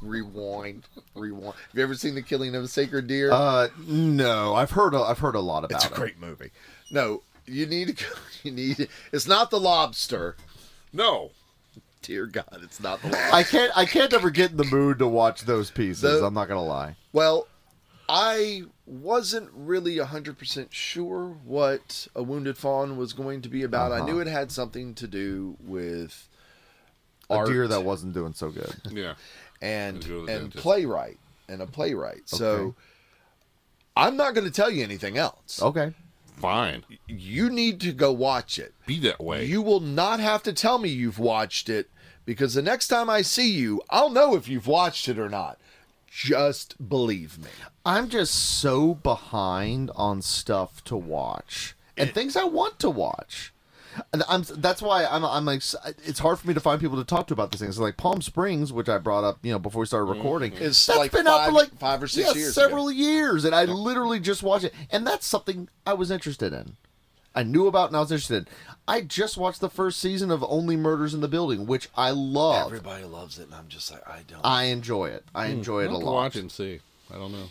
Speaker 4: rewind, rewind. Have you ever seen the killing of a sacred deer?
Speaker 3: Uh, no. I've heard. A, I've heard a lot about
Speaker 4: It's a
Speaker 3: it.
Speaker 4: great movie. No, you need to go. You need. It's not the lobster.
Speaker 5: No.
Speaker 4: Dear God, it's not the lobster.
Speaker 3: I can't. I can't ever get in the mood to watch those pieces.
Speaker 4: The-
Speaker 3: I'm not gonna lie.
Speaker 4: Well, I wasn't really 100% sure what A Wounded Fawn was going to be about. I knew it had something to do with
Speaker 3: A
Speaker 4: art
Speaker 3: deer that wasn't doing so good.
Speaker 5: Yeah.
Speaker 4: and
Speaker 5: Gotta go to
Speaker 4: and
Speaker 5: the dentist.
Speaker 4: playwright and a playwright. So
Speaker 3: Okay.
Speaker 4: I'm not going to tell you anything else.
Speaker 3: Okay.
Speaker 5: Fine.
Speaker 4: You need to go watch it.
Speaker 5: Be that way.
Speaker 4: You will not have to tell me you've watched it because the next time I see you, I'll know if you've watched it or not. Just believe me.
Speaker 3: I'm just so behind on stuff to watch and things I want to watch. And I'm that's why I'm I'm like s- it's hard for me to find people to talk to about these things. Like Palm Springs, which I brought up, you know, before we started recording,
Speaker 4: Mm-hmm. It's
Speaker 3: that's
Speaker 4: like
Speaker 3: been out
Speaker 4: five-
Speaker 3: for like
Speaker 4: five or six
Speaker 3: yeah,
Speaker 4: years
Speaker 3: several years, and I literally just watched it. And that's something I was interested in. I knew about and I was interested. in. I just watched the first season of Only Murders in the Building, which I love.
Speaker 4: Everybody Hmm. loves it, and I'm just like, I don't.
Speaker 3: I enjoy it. I enjoy it a
Speaker 5: I'll
Speaker 3: lot.
Speaker 5: watch and see. I don't know.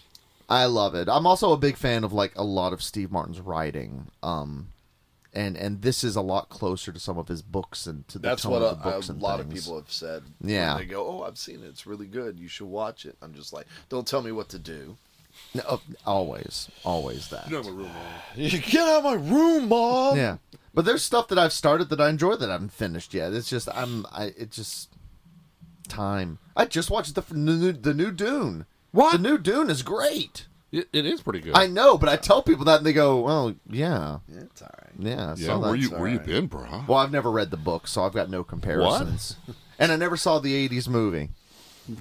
Speaker 3: I love it. I'm also a big fan of like a lot of Steve Martin's writing. Um and and this is a lot closer to some of his books and to the
Speaker 4: That's
Speaker 3: tone
Speaker 4: what
Speaker 3: of the
Speaker 4: a, a
Speaker 3: books and
Speaker 4: lot of
Speaker 3: things.
Speaker 4: people have said.
Speaker 3: Yeah.
Speaker 4: They go, oh, I've seen it. It's really good. You should watch it. I'm just like, don't tell me what to do.
Speaker 3: No, uh, always always that.
Speaker 5: You don't have a room on.
Speaker 4: You get out of my room, Mom.
Speaker 3: Yeah. But there's stuff that I've started that I enjoy that I haven't finished yet. It's just I'm I it just time. I just watched the f- the new, the new Dune.
Speaker 5: What?
Speaker 3: The new Dune is great.
Speaker 5: It, it is pretty good.
Speaker 3: I know, but I tell people that and they go, "Well, yeah,
Speaker 4: Yeah, It's all right.
Speaker 3: yeah."
Speaker 5: yeah.
Speaker 3: so
Speaker 5: Where
Speaker 3: Oh, that's-
Speaker 5: you where you
Speaker 4: alright.
Speaker 5: been, bro?
Speaker 3: Well, I've never read the book, so I've got no comparisons. And I never saw the 80s movie.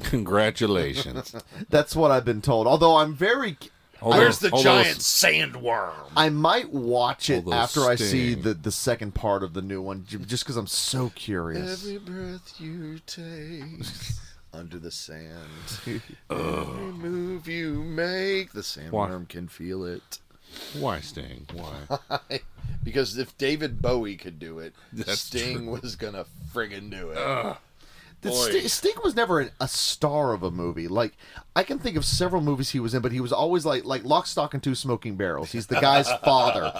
Speaker 5: Congratulations.
Speaker 3: That's what I've been told. Although I'm very
Speaker 5: Although-
Speaker 4: Where's the
Speaker 5: although
Speaker 4: giant
Speaker 5: it's-
Speaker 4: sandworm?
Speaker 3: I might watch it
Speaker 5: Although
Speaker 3: after I see
Speaker 5: Sting-
Speaker 3: the, the second part of the new one, j- just because I'm so curious.
Speaker 4: Every breath you take under the sand, every move you make, the sandworm can feel it.
Speaker 5: Why Sting? Why?
Speaker 4: Because if David Bowie could do it,
Speaker 5: That's
Speaker 4: Sting was gonna friggin' do it.
Speaker 3: Did
Speaker 4: Boy.
Speaker 3: Sti- Sting was never an, a star of a movie. Like I can think of several movies he was in, but he was always like like Lock, Stock, and Two Smoking Barrels. He's the guy's father.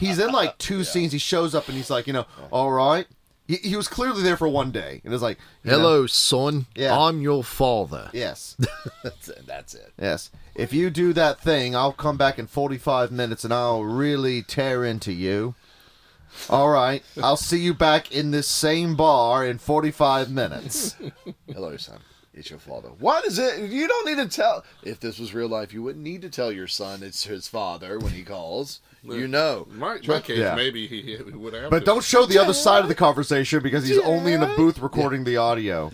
Speaker 3: He's in like two scenes. He shows up and he's like, you know, all right. He, he was clearly there for one day, and it's like, you know,
Speaker 6: Hello, son.
Speaker 3: Yeah.
Speaker 6: I'm your father.
Speaker 3: yes,
Speaker 4: That's it. That's it.
Speaker 3: yes. If you do that thing, I'll come back in forty-five minutes and I'll really tear into you. All right, I'll see you back in this same bar in forty-five minutes.
Speaker 4: Hello, son. It's your father. What is it? You don't need to tell. If this was real life, you wouldn't need to tell your son it's his father when he calls. You know.
Speaker 5: my, my case,
Speaker 3: Yeah.
Speaker 5: maybe he, he would have.
Speaker 3: But
Speaker 5: to.
Speaker 3: don't show the other side of the conversation because he's only in the booth recording the audio.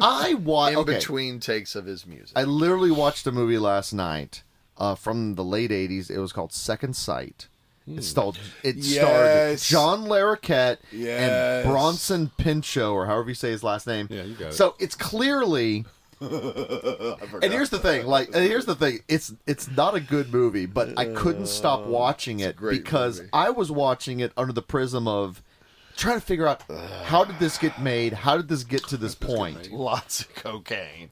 Speaker 3: I watched.
Speaker 4: In
Speaker 3: Okay,
Speaker 4: between takes of his music.
Speaker 3: I literally watched a movie last night uh, from the late '80s. It was called Second Sight. It starred it
Speaker 4: Yes.
Speaker 3: starred John Larroquette
Speaker 4: Yes.
Speaker 3: and Bronson Pinchot, or however you say his last name.
Speaker 5: Yeah, you got it.
Speaker 3: So it's clearly. And here's the thing, like, and here's the thing. It's it's not a good movie, but I couldn't stop watching it
Speaker 4: great
Speaker 3: because
Speaker 4: movie.
Speaker 3: I was watching it under the prism of trying to figure out how did this get made? How did this get to this point?
Speaker 4: Lots of cocaine,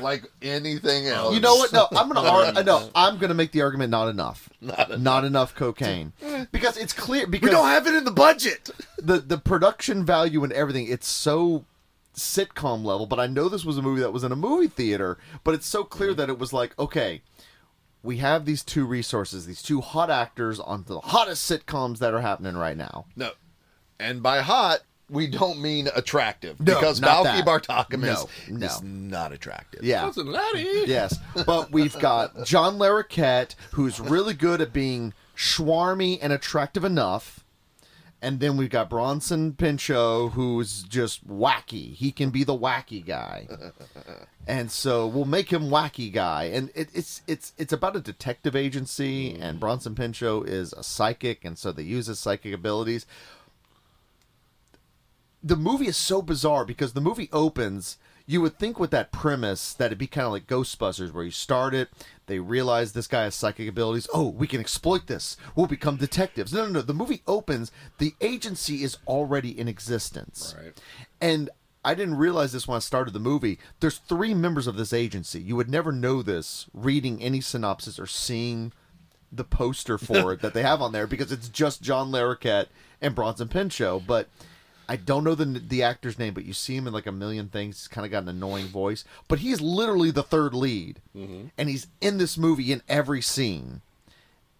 Speaker 4: like anything else.
Speaker 3: You know what? No, I'm gonna ar- no, I'm gonna make the argument not enough, not enough, cocaine, because it's clear because
Speaker 4: We don't have it in the budget.
Speaker 3: the the production value and everything it's so sitcom level but i know this was a movie that was in a movie theater but it's so clear that it was like okay we have these two resources these two hot actors on the hottest sitcoms that are happening right now
Speaker 4: No. And by hot, we don't mean attractive.
Speaker 3: No,
Speaker 4: because
Speaker 3: not
Speaker 4: Balky
Speaker 3: that.
Speaker 4: Bartakamis
Speaker 3: No, no.
Speaker 4: is not attractive.
Speaker 3: yeah
Speaker 5: Cousin Laddie.
Speaker 3: yes but we've got john larroquette who's really good at being schwarmy and attractive enough and then we've got bronson pinchot who's just wacky he can be the wacky guy and so we'll make him wacky guy and it, it's it's it's about a detective agency and bronson pinchot is a psychic and so they use his psychic abilities the movie is so bizarre because the movie opens you would think with that premise that it'd be kind of like ghostbusters where you start it they realize this guy has psychic abilities oh we can exploit this we'll become detectives no no no the movie opens the agency is already in existence
Speaker 5: Right.
Speaker 3: and I didn't realize this when I started the movie. There's three members of this agency. You would never know this reading any synopsis or seeing the poster for it that they have on there because it's just John Larroquette and Bronson Pinchot. But I don't know the the actor's name, but you see him in like a million things. He's kind of got an annoying voice, but he's literally the third lead, and he's in this movie in every scene,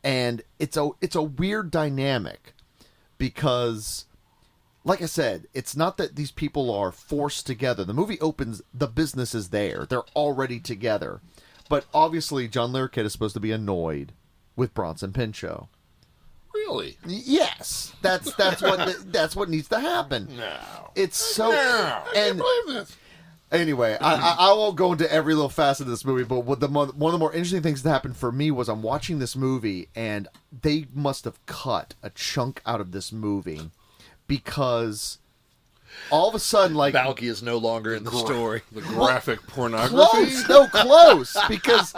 Speaker 3: and it's a it's a weird dynamic because like I said, it's not that these people are forced together. The movie opens, the business is there. They're already together. But obviously, John Larroquette is supposed to be annoyed with Bronson Pinchot.
Speaker 5: Really?
Speaker 3: Y- Yes, that's that's what that's what needs to happen. It's so and
Speaker 5: Believe this.
Speaker 3: Anyway, I, I, I won't go into every little facet of this movie, but what the mo- one of the more interesting things that happened for me was I'm watching this movie, and they must have cut a chunk out of this movie because all of a sudden, like
Speaker 4: Balky is no longer in the story.
Speaker 5: The graphic pornography.
Speaker 3: close, no close, because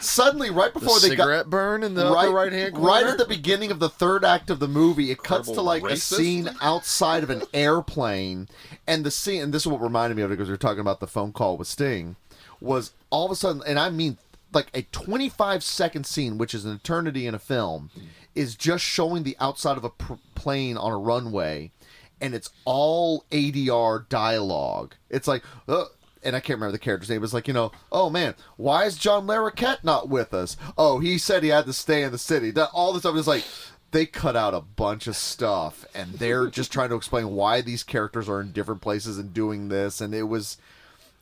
Speaker 3: suddenly right
Speaker 4: The
Speaker 3: before they got
Speaker 4: cigarette burn in the right, right hand corner.
Speaker 3: right at the beginning of the third act of the movie, it cuts to
Speaker 5: Horrible
Speaker 3: like a
Speaker 5: racist.
Speaker 3: scene outside of an airplane, and the scene, and this is what reminded me of it because we were talking about the phone call with Sting, was all of a sudden, and I mean like a 25 second scene, which is an eternity in a film, is just showing the outside of a pr- plane on a runway, and it's all ADR dialogue. It's like. Uh, and I can't remember the character's name. It's like, you know, oh man, why is John Larroquette not with us? Oh, he said he had to stay in the city. That- All this stuff is like, they cut out a bunch of stuff, and they're just trying to explain why these characters are in different places and doing this. And it was,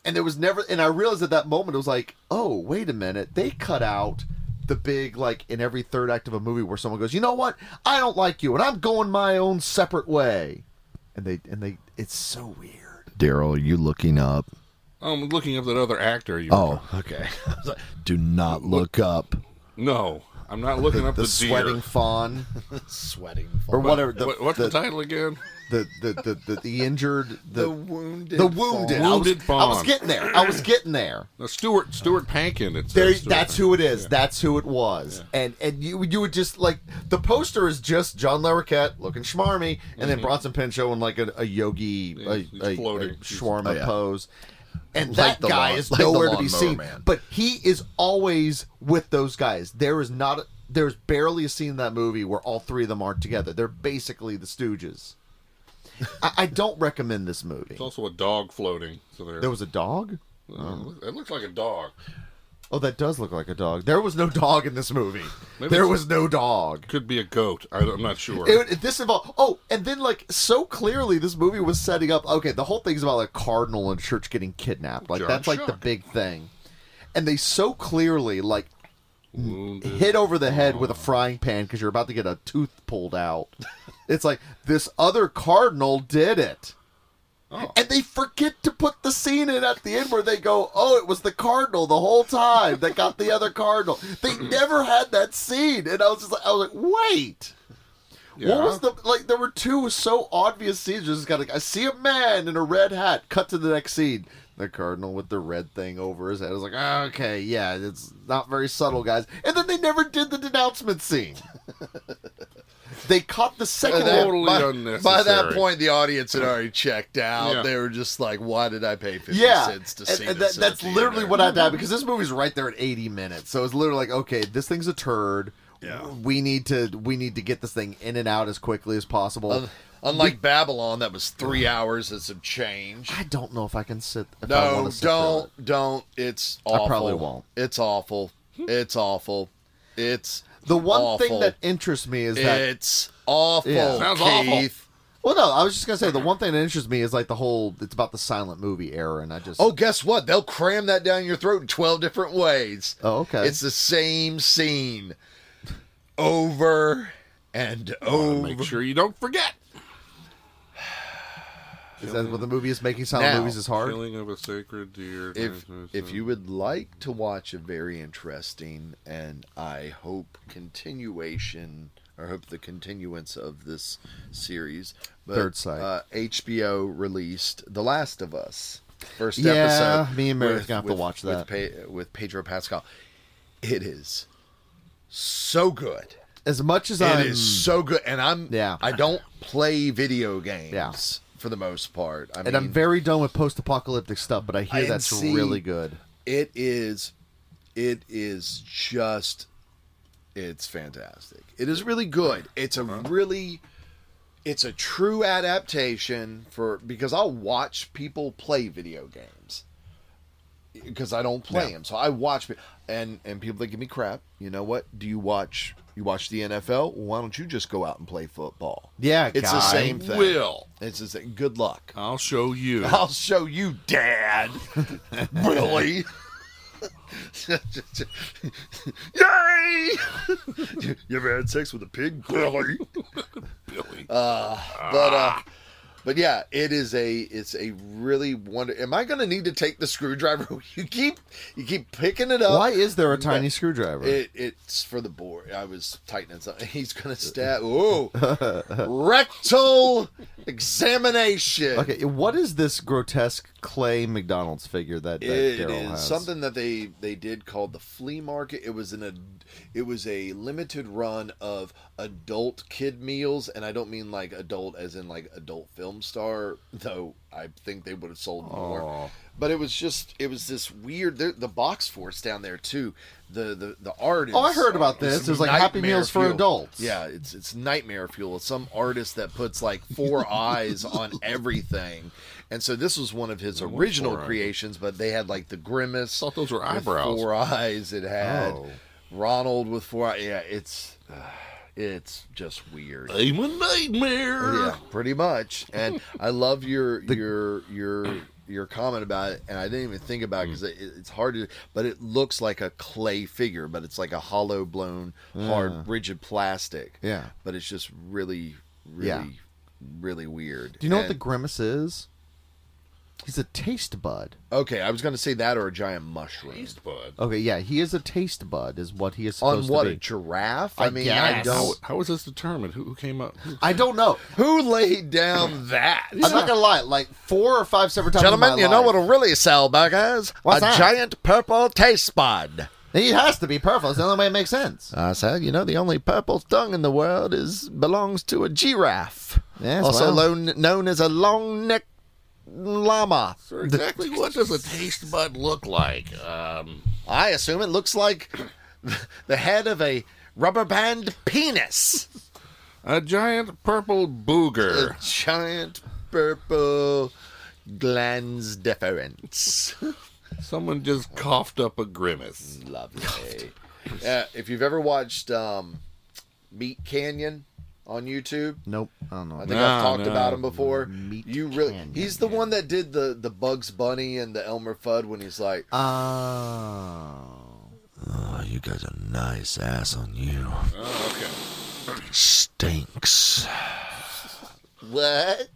Speaker 3: and there was never, and I realized at that moment, it was like, oh, wait a minute, they cut out the big like in every third act of a movie where someone goes, you know what, I don't like you, and I'm going my own separate way, and they and they, it's so weird.
Speaker 6: Daryl, you looking up?
Speaker 4: Oh.
Speaker 5: I'm looking up that other actor. You
Speaker 6: Oh, okay. Do not look up.
Speaker 5: No, I'm not looking up
Speaker 3: the,
Speaker 5: the,
Speaker 3: sweating
Speaker 5: deer.
Speaker 3: fawn
Speaker 4: Sweating.
Speaker 3: or
Speaker 4: fawn.
Speaker 3: whatever. The,
Speaker 5: What- what's the,
Speaker 3: the,
Speaker 5: title again?
Speaker 3: the, the, the, the, the injured
Speaker 4: The
Speaker 3: the
Speaker 4: wounded.
Speaker 3: the wounded
Speaker 4: fawn.
Speaker 3: I was-
Speaker 5: Wounded
Speaker 3: I was
Speaker 5: fawn.
Speaker 3: getting there. I was getting there.
Speaker 5: No, Stuart Stuart Pankin. It's
Speaker 3: There, that's who it is. That's who it was. And and you you would just like the poster is just John Larroquette looking schmarmy, and
Speaker 6: Mm-hmm.
Speaker 3: then Bronson Pinchot in like a, a yogi,
Speaker 5: Yeah,
Speaker 3: a,
Speaker 5: he's
Speaker 3: a,
Speaker 5: floating.
Speaker 3: a shawarma
Speaker 6: Oh, yeah.
Speaker 3: pose. And
Speaker 6: Like
Speaker 3: that
Speaker 6: the
Speaker 3: guy
Speaker 6: lawn-
Speaker 3: is
Speaker 6: like the
Speaker 3: nowhere to be
Speaker 6: lawnmower
Speaker 3: seen.
Speaker 6: man.
Speaker 3: But he is always with those guys. There is not. A, there's barely a scene in that movie where all three of them aren't together. They're basically the Stooges. I, I don't recommend this movie.
Speaker 5: It's also a dog floating. So there.
Speaker 3: There was a dog.
Speaker 5: it looks like a dog.
Speaker 3: Oh, that does look like a dog. There was no dog in this movie.
Speaker 5: Maybe
Speaker 3: there
Speaker 5: it's-
Speaker 3: was no dog.
Speaker 5: Could be a goat. I, am not sure.
Speaker 3: It, it- this involved. Oh, and then like so clearly, this movie was setting up. Okay, the whole thing's about like cardinal and church getting kidnapped. Like
Speaker 5: John
Speaker 3: that's like the
Speaker 5: Shuck.
Speaker 3: big thing. And they so clearly like
Speaker 5: Wounded.
Speaker 3: hit over the head with a frying pan because you're about to get a tooth pulled out. it's like this other cardinal did it. And they forget to put the scene in at the end where they go, "Oh, it was the cardinal the whole time that got the other cardinal." They never had that scene, and I was just like, "I was like, wait,
Speaker 5: Yeah.
Speaker 3: what was the like? There were two so obvious scenes. Just got like, I see a man in a red hat. Cut to the next scene. The cardinal with the red thing over his head. I was like, "Ah, okay, yeah, it's not very subtle, guys. And then they never did the denouncement scene. they caught the second
Speaker 4: By
Speaker 3: one.
Speaker 4: that-
Speaker 5: Totally
Speaker 4: by,
Speaker 5: unnecessary.
Speaker 4: by that point, the audience had already checked out.
Speaker 5: Yeah.
Speaker 4: They were just like, "Why did I pay fifty
Speaker 3: Yeah,
Speaker 4: cents to
Speaker 3: and-
Speaker 4: see
Speaker 3: and that-
Speaker 4: this?" in
Speaker 3: that's
Speaker 4: the
Speaker 3: literally
Speaker 4: theater?
Speaker 3: what I did because this movie's right there at 80 minutes, so it's literally like, okay, this thing's a turd.
Speaker 4: Yeah.
Speaker 3: we need to we need to get this thing in and out as quickly as possible.
Speaker 4: Un- Unlike Babylon, that was three hours and some change.
Speaker 3: I don't know if I can sit. If I
Speaker 4: No,
Speaker 3: wanna sit through
Speaker 4: don't,
Speaker 3: it.
Speaker 4: don't. It's awful.
Speaker 3: I probably won't.
Speaker 4: It's awful. It's awful. It's
Speaker 3: The one thing
Speaker 4: awful.
Speaker 3: that interests me is that
Speaker 4: it's awful.
Speaker 3: Yeah.
Speaker 5: Sounds awful.
Speaker 4: Keith.
Speaker 3: Well, no, I was just gonna say the one thing that interests me is like the whole it's about the silent movie era, and I just
Speaker 4: Oh, guess what? They'll cram that down your throat in 12 different ways.
Speaker 3: Oh, okay.
Speaker 4: It's the same scene over and over.
Speaker 5: Make sure you don't forget.
Speaker 3: is that what the movie is making silent
Speaker 4: Now,
Speaker 3: movies is hard.
Speaker 5: Killing of a sacred deer.
Speaker 4: if
Speaker 3: Mm-hmm,
Speaker 4: if you would like to watch a very interesting and I hope continuation or hope the continuance of this series, but,
Speaker 3: Third Sight.
Speaker 4: uh, HBO released The Last of Us first
Speaker 3: Yeah,
Speaker 4: episode.
Speaker 3: me and Mary's
Speaker 4: with-
Speaker 3: gonna have to
Speaker 4: with-
Speaker 3: watch that.
Speaker 4: with, pa- with Pedro Pascal. It is so good.
Speaker 3: As much as
Speaker 4: It
Speaker 3: I'm,
Speaker 4: is so good, and I'm
Speaker 3: Yeah.
Speaker 4: I don't play video games
Speaker 3: Yeah.
Speaker 4: for the most part. I
Speaker 3: and
Speaker 4: mean,
Speaker 3: I'm very done with post-apocalyptic stuff, but I hear
Speaker 4: I
Speaker 3: that's
Speaker 4: see-
Speaker 3: really good.
Speaker 4: it is it is just it's fantastic it is really good it's a
Speaker 3: Uh-huh.
Speaker 4: really it's a true adaptation for because i'll watch people play video games because i don't play them so i watch pe- and and people that give me crap you know what do you watch you watch the nfl why don't you just go out and play football
Speaker 3: Yeah,
Speaker 4: it's the
Speaker 3: guy.
Speaker 4: same thing
Speaker 5: will.
Speaker 4: it's the same good luck
Speaker 5: I'll show you.
Speaker 4: I'll show you, Dad. Really? Yay! you ever had sex with a pig, Billy?
Speaker 5: Billy.
Speaker 4: But uh, but yeah, it is a it's a really wonder. Am I gonna need to take the screwdriver? you keep you keep picking it up.
Speaker 3: Why is there a tiny screwdriver?
Speaker 4: It, it's for the board. I was tightening something. He's gonna stab. Ooh, rectal examination.
Speaker 3: okay, what is this grotesque clay McDonald's figure that, that
Speaker 4: It
Speaker 3: Daryl
Speaker 4: is
Speaker 3: has?
Speaker 4: something that they they did called the flea market. It was an ad, it was a limited run of adult kid meals, and I don't mean like adult as in like adult film star, though. I think they would have sold more. But it was just it was this weird the, the box force down there too. The the the art. Is,
Speaker 3: Oh, I heard about this. It was like Happy
Speaker 4: nightmare
Speaker 3: Meals for
Speaker 4: fuel.
Speaker 3: adults.
Speaker 4: Yeah, it's it's nightmare fuel. It's some artist that puts like four eyes on everything. And so this was one of his original
Speaker 5: four eyes.
Speaker 4: creations, but they had like the grimace.
Speaker 5: thought those were
Speaker 4: with
Speaker 5: eyebrows.
Speaker 4: Four eyes. It had
Speaker 3: Oh.
Speaker 4: Ronald with four. Eyes. Yeah, it's it's just weird.
Speaker 5: I'm a nightmare.
Speaker 4: Yeah, pretty much. And I love your your your your comment about it, and I didn't even think
Speaker 3: Mm.
Speaker 4: about it because it, it's hard to. But it looks like a clay figure, but it's like a hollow blown, hard, rigid plastic.
Speaker 3: Yeah.
Speaker 4: but it's just really, really,
Speaker 3: Yeah.
Speaker 4: really weird.
Speaker 3: Do you know what
Speaker 4: And
Speaker 3: the grimace is? He's a taste bud.
Speaker 4: Okay, I was going to say that or a giant mushroom.
Speaker 5: bud.
Speaker 3: Okay, yeah, he is a taste bud, is what he is
Speaker 4: On
Speaker 3: supposed
Speaker 4: what
Speaker 3: to
Speaker 4: a
Speaker 3: be.
Speaker 4: giraffe?
Speaker 3: I
Speaker 4: I mean, I
Speaker 3: guess.
Speaker 5: How,
Speaker 4: don't.
Speaker 5: how was this determined? Who, who came up? Who,
Speaker 3: I don't know.
Speaker 4: Who laid down that?
Speaker 3: I'm not gonna lie. Like four or five separate times. in
Speaker 4: Gentlemen,
Speaker 3: my
Speaker 4: you know
Speaker 3: life,
Speaker 4: what'll really sell burgers?
Speaker 3: What's
Speaker 4: a
Speaker 3: that?
Speaker 4: giant purple taste bud.
Speaker 3: He has to be purple. It's the only way it makes sense.
Speaker 6: I said, you know, the only purple tongue in the world is belongs to a giraffe,
Speaker 3: Yes,
Speaker 6: also
Speaker 3: well.
Speaker 6: lo- known as a long-necked llama.
Speaker 5: sir, exactly what does a taste bud look like? Um,
Speaker 4: I assume it looks like the head of a rubber band penis.
Speaker 5: a giant purple booger.
Speaker 4: Giant purple glans deferens.
Speaker 5: Someone just coughed up a grimace.
Speaker 4: Lovely. Yeah, Uh, if you've ever watched um, Meat Canyon on YouTube,
Speaker 3: Nope. I don't know.
Speaker 4: I think
Speaker 5: No,
Speaker 4: I've talked
Speaker 5: no.
Speaker 4: about him before. you really
Speaker 3: Canyon,
Speaker 4: He's the one that did the the Bugs Bunny and the Elmer Fudd when he's like
Speaker 3: Uh. Oh.
Speaker 6: Oh, you got a nice ass on you.
Speaker 5: Oh, okay.
Speaker 6: Stinks.
Speaker 4: what?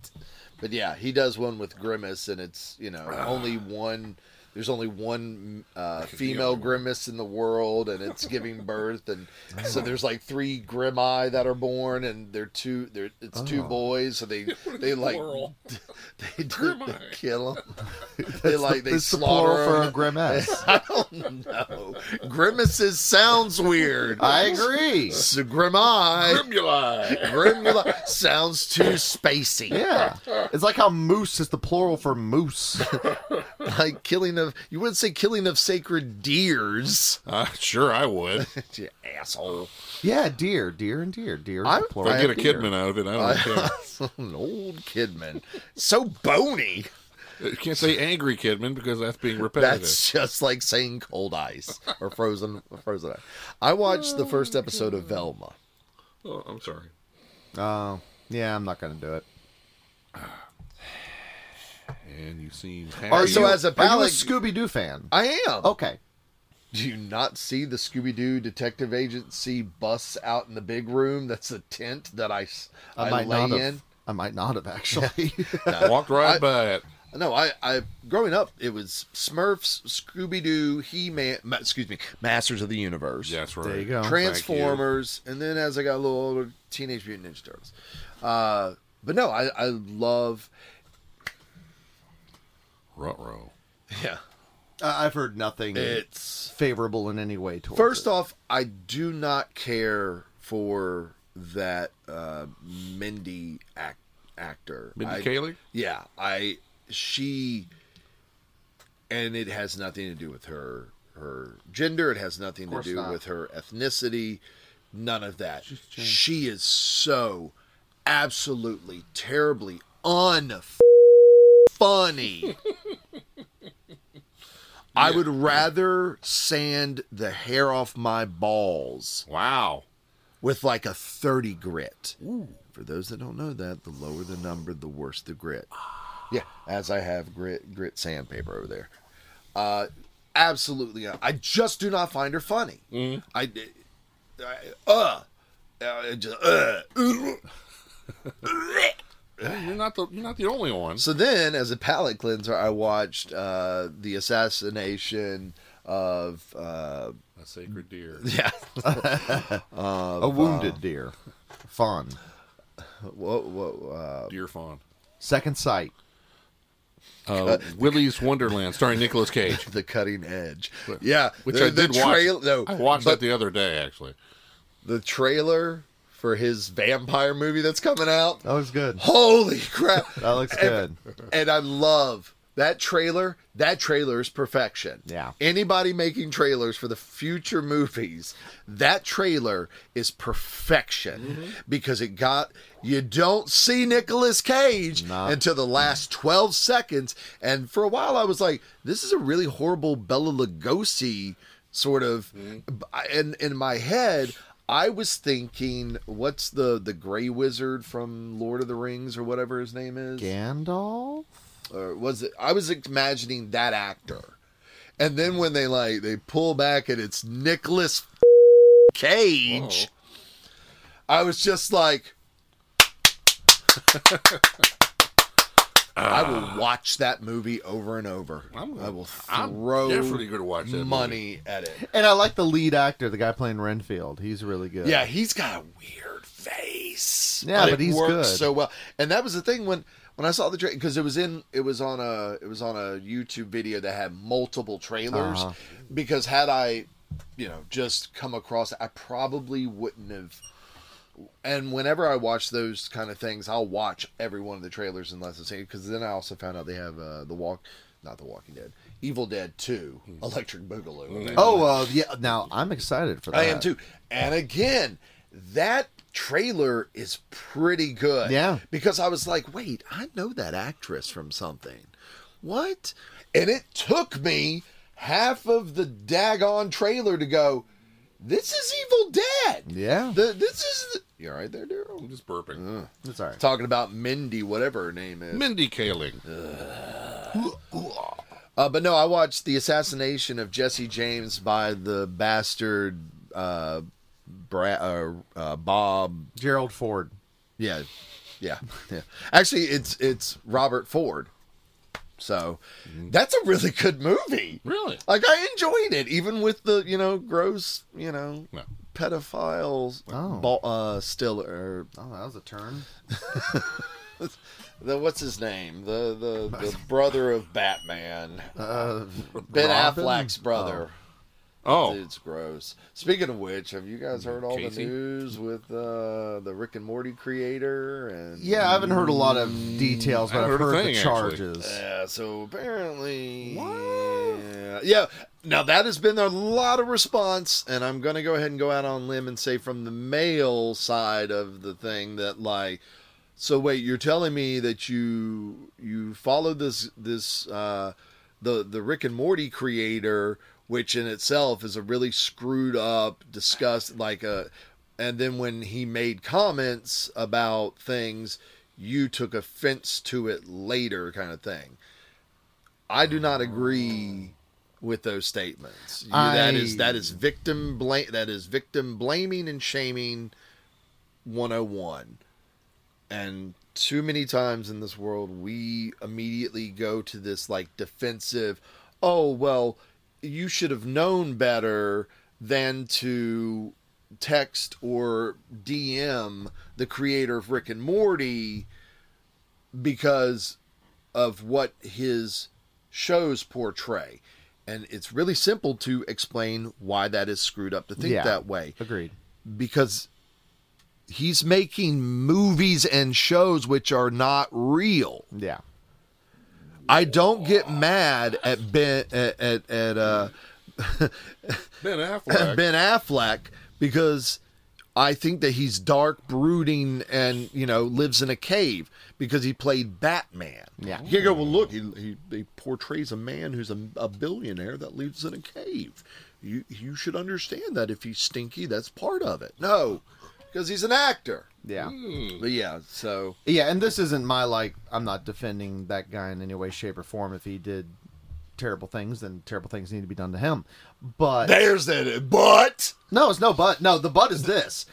Speaker 4: But yeah, he does one with Grimace and it's, you know, only one there's only one uh, female grimace in the world, and it's giving birth, and so there's like three grimi that are born, and they're two. They're it's two
Speaker 3: Oh.
Speaker 4: boys, so they they like they, do, they
Speaker 5: Grimi.
Speaker 4: kill them. they like they
Speaker 3: It's the
Speaker 4: slaughter
Speaker 3: plural for
Speaker 4: 'em.
Speaker 3: a grimace.
Speaker 4: I don't know. Grimaces sounds weird.
Speaker 3: I agree.
Speaker 4: S- Grimi.
Speaker 5: Grimuli.
Speaker 4: Grimula sounds too spacey.
Speaker 3: Yeah. It's like how moose is the plural for moose.
Speaker 4: Like killing of, you wouldn't say killing of sacred deers.
Speaker 5: Uh, sure, I would. If
Speaker 4: You asshole.
Speaker 3: yeah, deer, deer, and deer, deer. Is
Speaker 4: I'm-
Speaker 3: the plural.
Speaker 5: I get a
Speaker 3: of deer.
Speaker 5: Kidman out of it, I don't care.
Speaker 4: An old kidman. So bony.
Speaker 5: You can't say angry Kidman because that's being repetitive.
Speaker 4: That's just like saying cold ice or frozen frozen ice. I watched the first episode of Velma.
Speaker 5: Oh, I'm sorry.
Speaker 3: Oh, yeah. I'm not gonna do it.
Speaker 5: And you seem
Speaker 4: Are
Speaker 5: happy.
Speaker 4: So as a
Speaker 3: are you a Oh.
Speaker 4: palate-
Speaker 3: Scooby Doo fan?
Speaker 4: I am.
Speaker 3: Okay.
Speaker 4: Do you not see the Scooby Doo Detective Agency bus out in the big room? That's the tent that I, s-
Speaker 3: I,
Speaker 4: I
Speaker 3: might
Speaker 4: lay
Speaker 3: not have.
Speaker 4: in.
Speaker 3: I might not have actually.
Speaker 5: walked right by it.
Speaker 4: No, I, I growing up, it was Smurfs, Scooby Doo, He Man, ma- excuse me, Masters of the Universe,
Speaker 5: Yes, right.
Speaker 3: there you go.
Speaker 4: Transformers, and then as I got a little older, Teenage Mutant Ninja Turtles. Uh, but no, I, I love.
Speaker 5: Ruh-roh.
Speaker 4: Yeah,
Speaker 3: I- I've heard nothing
Speaker 4: it's
Speaker 3: favorable in any way towards.
Speaker 4: First
Speaker 3: it.
Speaker 4: off, I do not care for that uh, Mindy act, actor.
Speaker 5: Mindy
Speaker 4: I-
Speaker 5: Kaling?
Speaker 4: Yeah, I she, and it has nothing to do with her her gender. It has nothing to
Speaker 3: course
Speaker 4: do
Speaker 3: not.
Speaker 4: with her ethnicity. None of that. She is so absolutely terribly un funny. I would rather sand the hair off my balls
Speaker 5: Wow.
Speaker 4: with like a 30 grit. For those that don't know that, the lower the number, the worse the grit. Yeah, as I have grit grit sandpaper over there. Uh absolutely not. I just do not find her funny.
Speaker 5: Mm-hmm.
Speaker 4: I, I uh I just, uh,
Speaker 5: Hey, You're not the you're not the only one.
Speaker 4: So then, as a palate cleanser, I watched uh, the assassination of uh,
Speaker 5: A sacred deer.
Speaker 4: yeah,
Speaker 3: a wounded deer. Fun.
Speaker 4: whoa, whoa,
Speaker 5: Deer fawn.
Speaker 3: Second sight.
Speaker 5: Uh, Willy's Wonderland, starring Nicolas Cage,
Speaker 4: uh, the cutting edge. Yeah,
Speaker 5: which
Speaker 4: the,
Speaker 5: I did
Speaker 4: the
Speaker 5: watch.
Speaker 4: No,
Speaker 5: I watched that
Speaker 4: but
Speaker 5: the other day, actually.
Speaker 4: the trailer for his vampire movie that's coming out.
Speaker 3: That was good.
Speaker 4: Holy crap!
Speaker 3: That looks good.
Speaker 4: and I love that trailer. That trailer is perfection.
Speaker 3: Yeah.
Speaker 4: Anybody making trailers for the future movies, that trailer is perfection because it got you don't see Nicolas Cage until the last 12 seconds and for a while I was like this is a really horrible Bella Lugosi sort of and in my head I was thinking what's the the gray wizard from Lord of the Rings or whatever his name is
Speaker 3: Gandalf.
Speaker 4: or was it I was imagining that actor. And then when they like they pull back and it's Nicholas Cage. I was just like I will watch that movie over and over.
Speaker 5: Ah. I'm-
Speaker 4: I will
Speaker 5: I'm
Speaker 4: throw
Speaker 5: definitely gonna watch that movie.
Speaker 4: money at it.
Speaker 3: And I like the lead actor, the guy playing Renfield. He's really good.
Speaker 4: Yeah, he's got a weird face.
Speaker 3: Yeah, but
Speaker 4: it
Speaker 3: he's
Speaker 4: works
Speaker 3: good.
Speaker 4: so well. And that was the thing when when I saw the trailer because it was in it was on a it was on a YouTube video that had multiple trailers.
Speaker 3: Uh-huh.
Speaker 4: Because had I, you know, just come across, I probably wouldn't have. And whenever I watch those kind of things, I'll watch every one of the trailers unless it's because then I also found out they have uh, the walk, not the Walking Dead, Evil Dead Two, Electric Boogaloo.
Speaker 3: Hmm. Oh, uh, yeah. Now I'm excited for that.
Speaker 4: I am too. And again, that trailer is pretty good.
Speaker 3: Yeah.
Speaker 4: Because I was like, wait, I know that actress from something. What? And it took me half of the daggone trailer to go, this is Evil Dead.
Speaker 3: Yeah.
Speaker 4: The, this is. The... You all right there, Daryl?
Speaker 5: I'm just burping.
Speaker 3: That's all right.
Speaker 4: Talking about Mindy, whatever her name is.
Speaker 5: Mindy Kaling.
Speaker 4: Uh, but no, I watched the assassination of Jesse James by the bastard uh, Bra- uh, uh, Bob
Speaker 3: Gerald Ford.
Speaker 4: Yeah, yeah, yeah. Actually, it's it's Robert Ford. So
Speaker 3: Mm-hmm.
Speaker 4: that's a really good movie.
Speaker 5: Really?
Speaker 4: Like I enjoyed it, even with the you know gross you know
Speaker 5: No.
Speaker 4: pedophiles.
Speaker 3: Oh.
Speaker 4: ball, uh, still or
Speaker 3: Oh, that was a turn.
Speaker 4: the what's his name? The the the brother of Batman,
Speaker 3: Uh,
Speaker 4: Ben
Speaker 3: Robin? Oh.
Speaker 4: Affleck's brother.
Speaker 5: Oh,
Speaker 4: It's gross. Speaking of which, have you guys heard all
Speaker 5: Casey?
Speaker 4: the news with uh, the Rick and Morty creator? And
Speaker 3: Yeah, I haven't heard a lot of details, but
Speaker 5: I
Speaker 3: I've heard,
Speaker 5: heard a thing,
Speaker 3: the
Speaker 5: actually.
Speaker 3: charges.
Speaker 4: Yeah, so apparently. Yeah. Yeah. Now that has been a lot of response, and I'm gonna go ahead and go out on a limb and say from the male side of the thing that like so wait, you're telling me that you you follow this this uh the the Rick and Morty creator, which in itself is a really screwed up, disgust like a and then when he made comments about things, you took offense to it later kind of thing. I do not agree with those statements. You- that is that is victim blame that is victim blaming and shaming 101. And too many times in this world we immediately go to this like defensive, oh well, you should have known better than to text or DM the creator of Rick and Morty because of what his shows portray. And it's really simple to explain why that is screwed up to think
Speaker 3: Yeah.
Speaker 4: that way
Speaker 3: Agreed.
Speaker 4: because he's making movies and shows which are not real.
Speaker 3: Yeah.
Speaker 4: I don't get mad at Ben at at, at uh,
Speaker 5: Ben Affleck.
Speaker 4: Ben Affleck because I think that he's dark, brooding, and you know lives in a cave because he played Batman.
Speaker 3: Yeah.
Speaker 4: you go well. Look, he, he he portrays a man who's a, a billionaire that lives in a cave. You you should understand that if he's stinky, that's part of it. No, because he's an actor. Hmm.
Speaker 3: Yeah.
Speaker 4: But yeah, so
Speaker 3: Yeah, and this isn't my like. I'm not defending that guy in any way, shape, or form. If he did terrible things, then terrible things need to be done to him. But
Speaker 4: there's that. But
Speaker 3: no, it's no but. No, the but is this.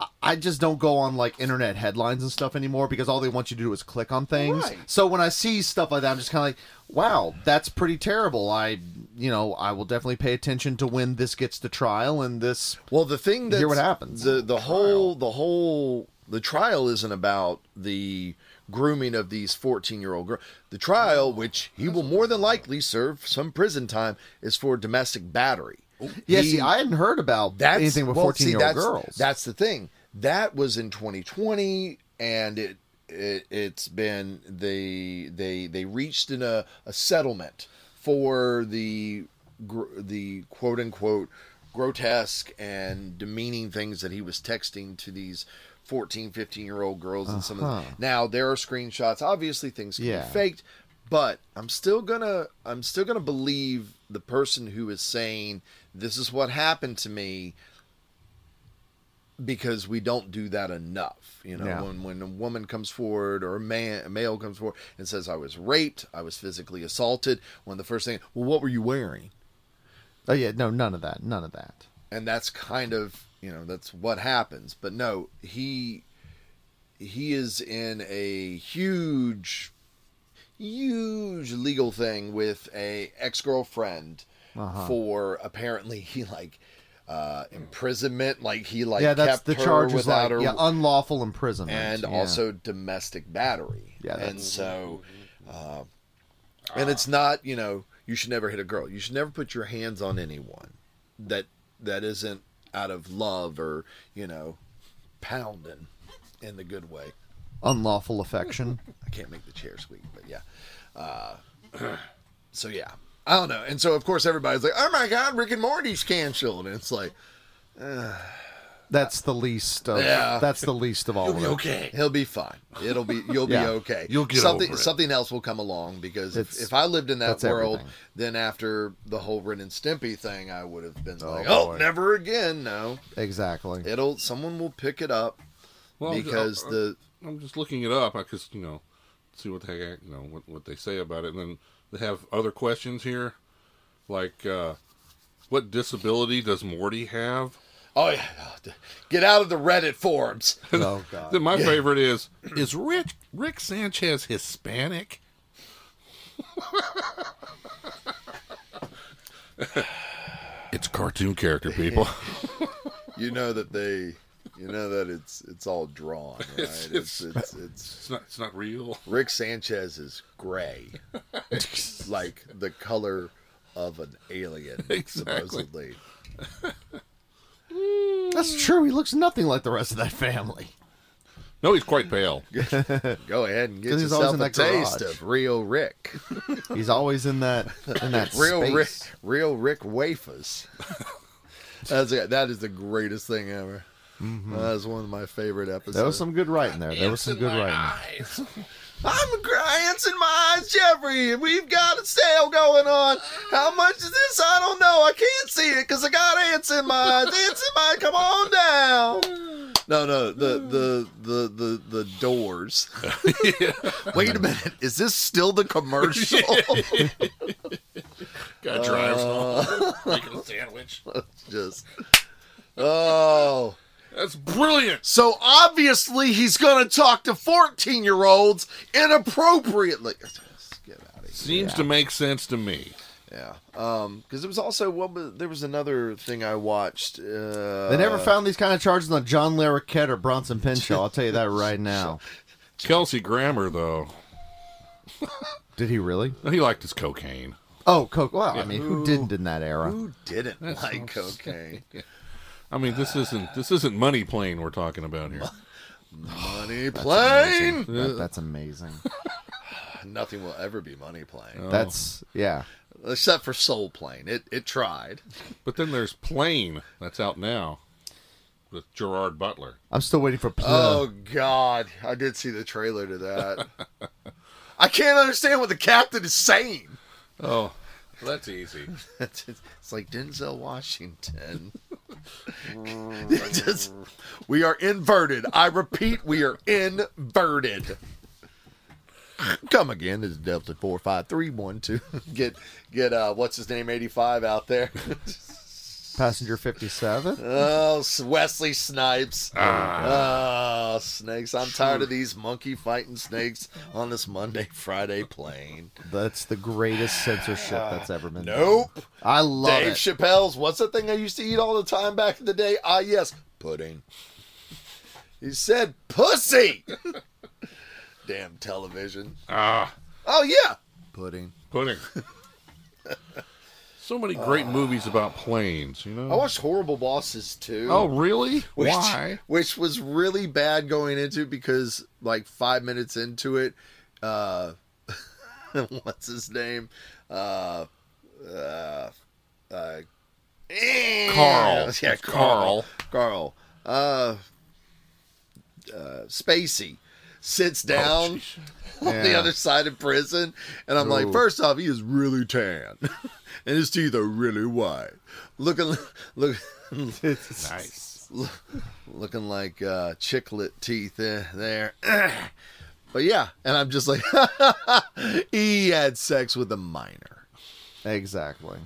Speaker 3: I- I just don't go on like internet headlines and stuff anymore because all they want you to do is click on things.
Speaker 4: Right.
Speaker 3: So when I see stuff like that, I'm just kind of like, wow, that's pretty terrible. I, you know, I will definitely pay attention to when this gets to trial and this.
Speaker 4: well, the thing that
Speaker 3: Hear what happens.
Speaker 4: The the whole the whole the trial isn't about the grooming of these 14 year old girls. The trial, which he will more than likely serve some prison time, is for domestic battery.
Speaker 3: Yeah,
Speaker 4: He-
Speaker 3: see, I hadn't heard about
Speaker 4: that's
Speaker 3: anything with
Speaker 4: well,
Speaker 3: 14
Speaker 4: see,
Speaker 3: year old
Speaker 4: that's-
Speaker 3: girls.
Speaker 4: That's the thing. That was in 2020, and it, it it's been they they they reached in a, a settlement for the gr- the quote unquote grotesque and demeaning things that he was texting to these 14 15 year old girls and some of them. now there are screenshots obviously things can
Speaker 3: Yeah.
Speaker 4: be faked but i'm still gonna i'm still gonna believe the person who is saying this is what happened to me because we don't do that enough. You know,
Speaker 3: Yeah.
Speaker 4: when when a woman comes forward or a man a male comes forward and says, "I was raped, I was physically assaulted," one of the first thing, well, what were you wearing?
Speaker 3: oh yeah, no, none of that, none of that.
Speaker 4: And that's kind of you know that's what happens. But no, he he is in a huge huge legal thing with a ex girlfriend
Speaker 3: Uh-huh.
Speaker 4: for apparently he like uh, imprisonment, like he like
Speaker 3: yeah, that's
Speaker 4: kept
Speaker 3: the
Speaker 4: her
Speaker 3: charge was
Speaker 4: without
Speaker 3: like
Speaker 4: her,
Speaker 3: yeah, unlawful imprisonment
Speaker 4: and
Speaker 3: yeah.
Speaker 4: also domestic battery.
Speaker 3: Yeah,
Speaker 4: and
Speaker 3: that's-
Speaker 4: so, uh, and it's not you know you should never hit a girl. You should never put your hands on anyone that that isn't out of love or you know pounding in the good way.
Speaker 3: unlawful affection.
Speaker 4: I can't make the chair squeak, but yeah. Uh, so yeah, I don't know. And so of course everybody's like, "Oh my God, Rick and Morty's canceled," and it's like,
Speaker 3: That's the least of
Speaker 4: Yeah.
Speaker 3: that's the least of all of it.
Speaker 4: okay, he'll be fine. It'll be you'll
Speaker 3: Yeah.
Speaker 4: be okay.
Speaker 5: You'll get
Speaker 4: something.
Speaker 5: over it.
Speaker 4: Something else will come along because if,
Speaker 3: It's-
Speaker 4: if I lived in that
Speaker 3: that's
Speaker 4: world,
Speaker 3: everything.
Speaker 4: then after the whole Ren and Stimpy thing, I would have been
Speaker 3: Oh,
Speaker 4: like, "Oh,
Speaker 3: boy.
Speaker 4: never again." No,
Speaker 3: Exactly.
Speaker 4: it'll someone will pick it up
Speaker 5: Well, uh, I'm ju-
Speaker 4: because
Speaker 5: I'm-
Speaker 4: the
Speaker 5: I'm just looking it up because you know, see what the heck you know what, what they say about it, and then they have other questions here, like uh, what disability does Morty have?
Speaker 4: oh yeah, get out of the Reddit forums.
Speaker 3: Oh god.
Speaker 5: Then my favorite is is Rick Rick Sanchez Hispanic? it's cartoon character people.
Speaker 4: you know that they you know that it's it's all drawn right
Speaker 5: It's-
Speaker 4: it's it's, it's,
Speaker 5: It's not it's not real.
Speaker 4: rick sanchez is gray like the color of an alien
Speaker 5: Exactly.
Speaker 4: supposedly
Speaker 3: That's true. He looks nothing like the rest of that family.
Speaker 5: No, he's quite pale.
Speaker 4: go ahead and get
Speaker 3: 'Cause he's always
Speaker 4: yourself
Speaker 3: in
Speaker 4: a
Speaker 3: that garage.
Speaker 4: taste of real rick
Speaker 3: He's always in that in that
Speaker 4: real rick
Speaker 3: space.
Speaker 4: real rick wafers that's it that is the greatest thing ever that was one of my favorite episodes
Speaker 3: There Mm-hmm. was some good writing there. There was some good writing.
Speaker 4: eyes. I'm Grant's in my eyes, Jeffrey. We've got a sale going on. How much is this? I don't know. I can't see it because I got ants in my eyes. Ants in my Come on down. No, no, the the the the, the doors. Wait a minute. Is this still the commercial?
Speaker 5: Guy drives
Speaker 4: Uh.
Speaker 5: home, making a sandwich.
Speaker 4: Just oh.
Speaker 5: That's brilliant.
Speaker 4: So obviously he's gonna talk to fourteen year olds inappropriately. Get out of here.
Speaker 5: Seems to make sense to me.
Speaker 4: Yeah. Um, because it was also what was, there was another thing I watched. Uh,
Speaker 3: They never found these kind of charges on John Larroquette or Bronson Pinchot. I'll tell you that right now.
Speaker 5: Kelsey Grammer though,
Speaker 3: Did he really?
Speaker 5: he liked his cocaine.
Speaker 3: Oh, Coke. Well, I mean, who didn't in that era?
Speaker 4: who didn't like cocaine.
Speaker 5: I mean, this isn't this isn't money plane we're talking about here.
Speaker 4: Money plane.
Speaker 3: That- that's amazing.
Speaker 4: Nothing will ever be money plane,
Speaker 3: That's yeah.
Speaker 4: except for soul plane. It it tried.
Speaker 5: But then there's Plane that's out now with Gerard Butler.
Speaker 3: I'm still waiting for.
Speaker 4: Oh God, I did see the trailer to that. I can't understand what the captain is saying.
Speaker 5: Oh, that's easy.
Speaker 4: It's, it's like Denzel Washington. Just- we are inverted. I repeat, we are inverted. Come again. This is Delta four five three one two. Get get uh what's his name eighty five out there.
Speaker 3: Passenger 57.
Speaker 4: oh, S- Wesley Snipes. Oh, snakes. I'm tired of these monkey fighting snakes on this Monday Friday plane.
Speaker 3: That's the greatest censorship that's ever been. done.
Speaker 4: Nope.
Speaker 3: I love
Speaker 4: Dave
Speaker 3: it.
Speaker 4: Chappelle's. What's the thing I used to eat all the time back in the day? Ah, yes, pudding. He said pussy. Damn television.
Speaker 5: Ah,
Speaker 4: Oh yeah, pudding.
Speaker 5: pudding. So many great movies about planes, you know.
Speaker 4: Uh. I watched Horrible Bosses too.
Speaker 5: oh, really?
Speaker 4: which,
Speaker 5: Why?
Speaker 4: Which was really bad going into because like five minutes into it, uh, what's his name? Uh, uh, uh,
Speaker 5: Carl.
Speaker 4: Yeah,
Speaker 5: It's
Speaker 4: Carl. Carl. Uh, uh, Spacey sits down on the
Speaker 3: Yeah.
Speaker 4: other side of prison, and I'm like,
Speaker 3: Ooh.
Speaker 4: first off, he is really tan, and his teeth are really white, looking, look,
Speaker 5: Nice.
Speaker 4: looking like uh, chiclet teeth uh, there. But yeah, and I'm just like, he had sex with a minor.
Speaker 3: Exactly.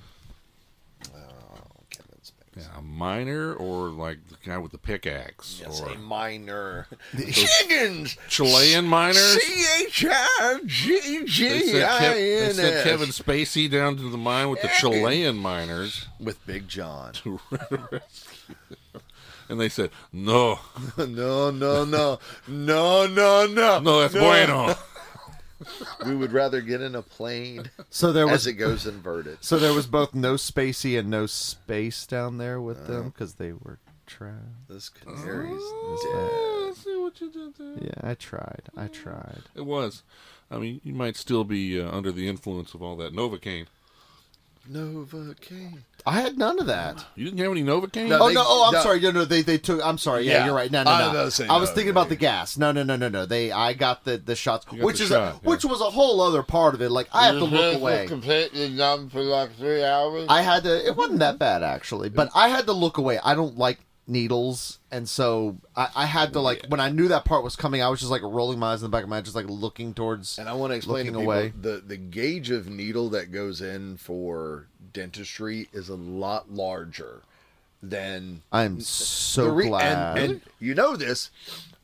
Speaker 4: Kevin Spacey.
Speaker 5: Yeah, a miner or like the guy with the pickaxe
Speaker 4: Yes,
Speaker 5: or
Speaker 4: a minor. Higgins.
Speaker 5: Chilean miners.
Speaker 4: C H I G
Speaker 5: They
Speaker 4: G
Speaker 5: sent,
Speaker 4: I
Speaker 5: Kev- they
Speaker 4: N
Speaker 5: sent Kevin
Speaker 4: S.
Speaker 5: Spacey down to the mine with the Chilean miners,
Speaker 4: With Big John.
Speaker 5: and they said, "No,
Speaker 4: no, no, no, no, no, no.
Speaker 5: no, that's bueno."
Speaker 4: We would rather get in a plane
Speaker 3: So there
Speaker 4: as
Speaker 3: was
Speaker 4: it goes inverted.
Speaker 3: so there was both no Spacey and no space down there with them because they were trapped.
Speaker 4: This canary's
Speaker 5: Yeah, I see what you did there.
Speaker 3: Yeah, I tried. I tried.
Speaker 5: It was. I mean, you might still be uh, under the influence of all that Novocaine.
Speaker 4: dead. Novocaine.
Speaker 3: I had none of that.
Speaker 5: You didn't have any Novocaine?
Speaker 4: No.
Speaker 3: Oh
Speaker 4: They-
Speaker 3: no! Oh, I'm
Speaker 4: no.
Speaker 3: sorry. No, no, they they took. I'm sorry. Yeah,
Speaker 4: Yeah.
Speaker 3: you're right. No, no,
Speaker 4: I
Speaker 3: no.
Speaker 4: was saying
Speaker 3: I was
Speaker 4: no,
Speaker 3: thinking
Speaker 4: no,
Speaker 3: about the gas. No, no, no, no, no. They, I got the the shots,
Speaker 5: got
Speaker 3: which
Speaker 5: the
Speaker 3: is
Speaker 5: shot,
Speaker 3: a,
Speaker 5: yeah.
Speaker 3: which was a whole other part of it. Like I have to look
Speaker 4: Mm-hmm.
Speaker 3: away.
Speaker 4: completely numb for like three hours.
Speaker 3: I had to. It wasn't that bad actually, but I had to look away. I don't like needles, and so I, I had to like when I knew that part was coming. I was just like rolling my eyes in the back of my head, just like looking towards.
Speaker 4: And I want to explain to
Speaker 3: looking
Speaker 4: people
Speaker 3: away.
Speaker 4: the the gauge of needle that goes in for dentistry is a lot larger than
Speaker 3: I'm so
Speaker 4: the re-
Speaker 3: glad.
Speaker 4: And, and you know this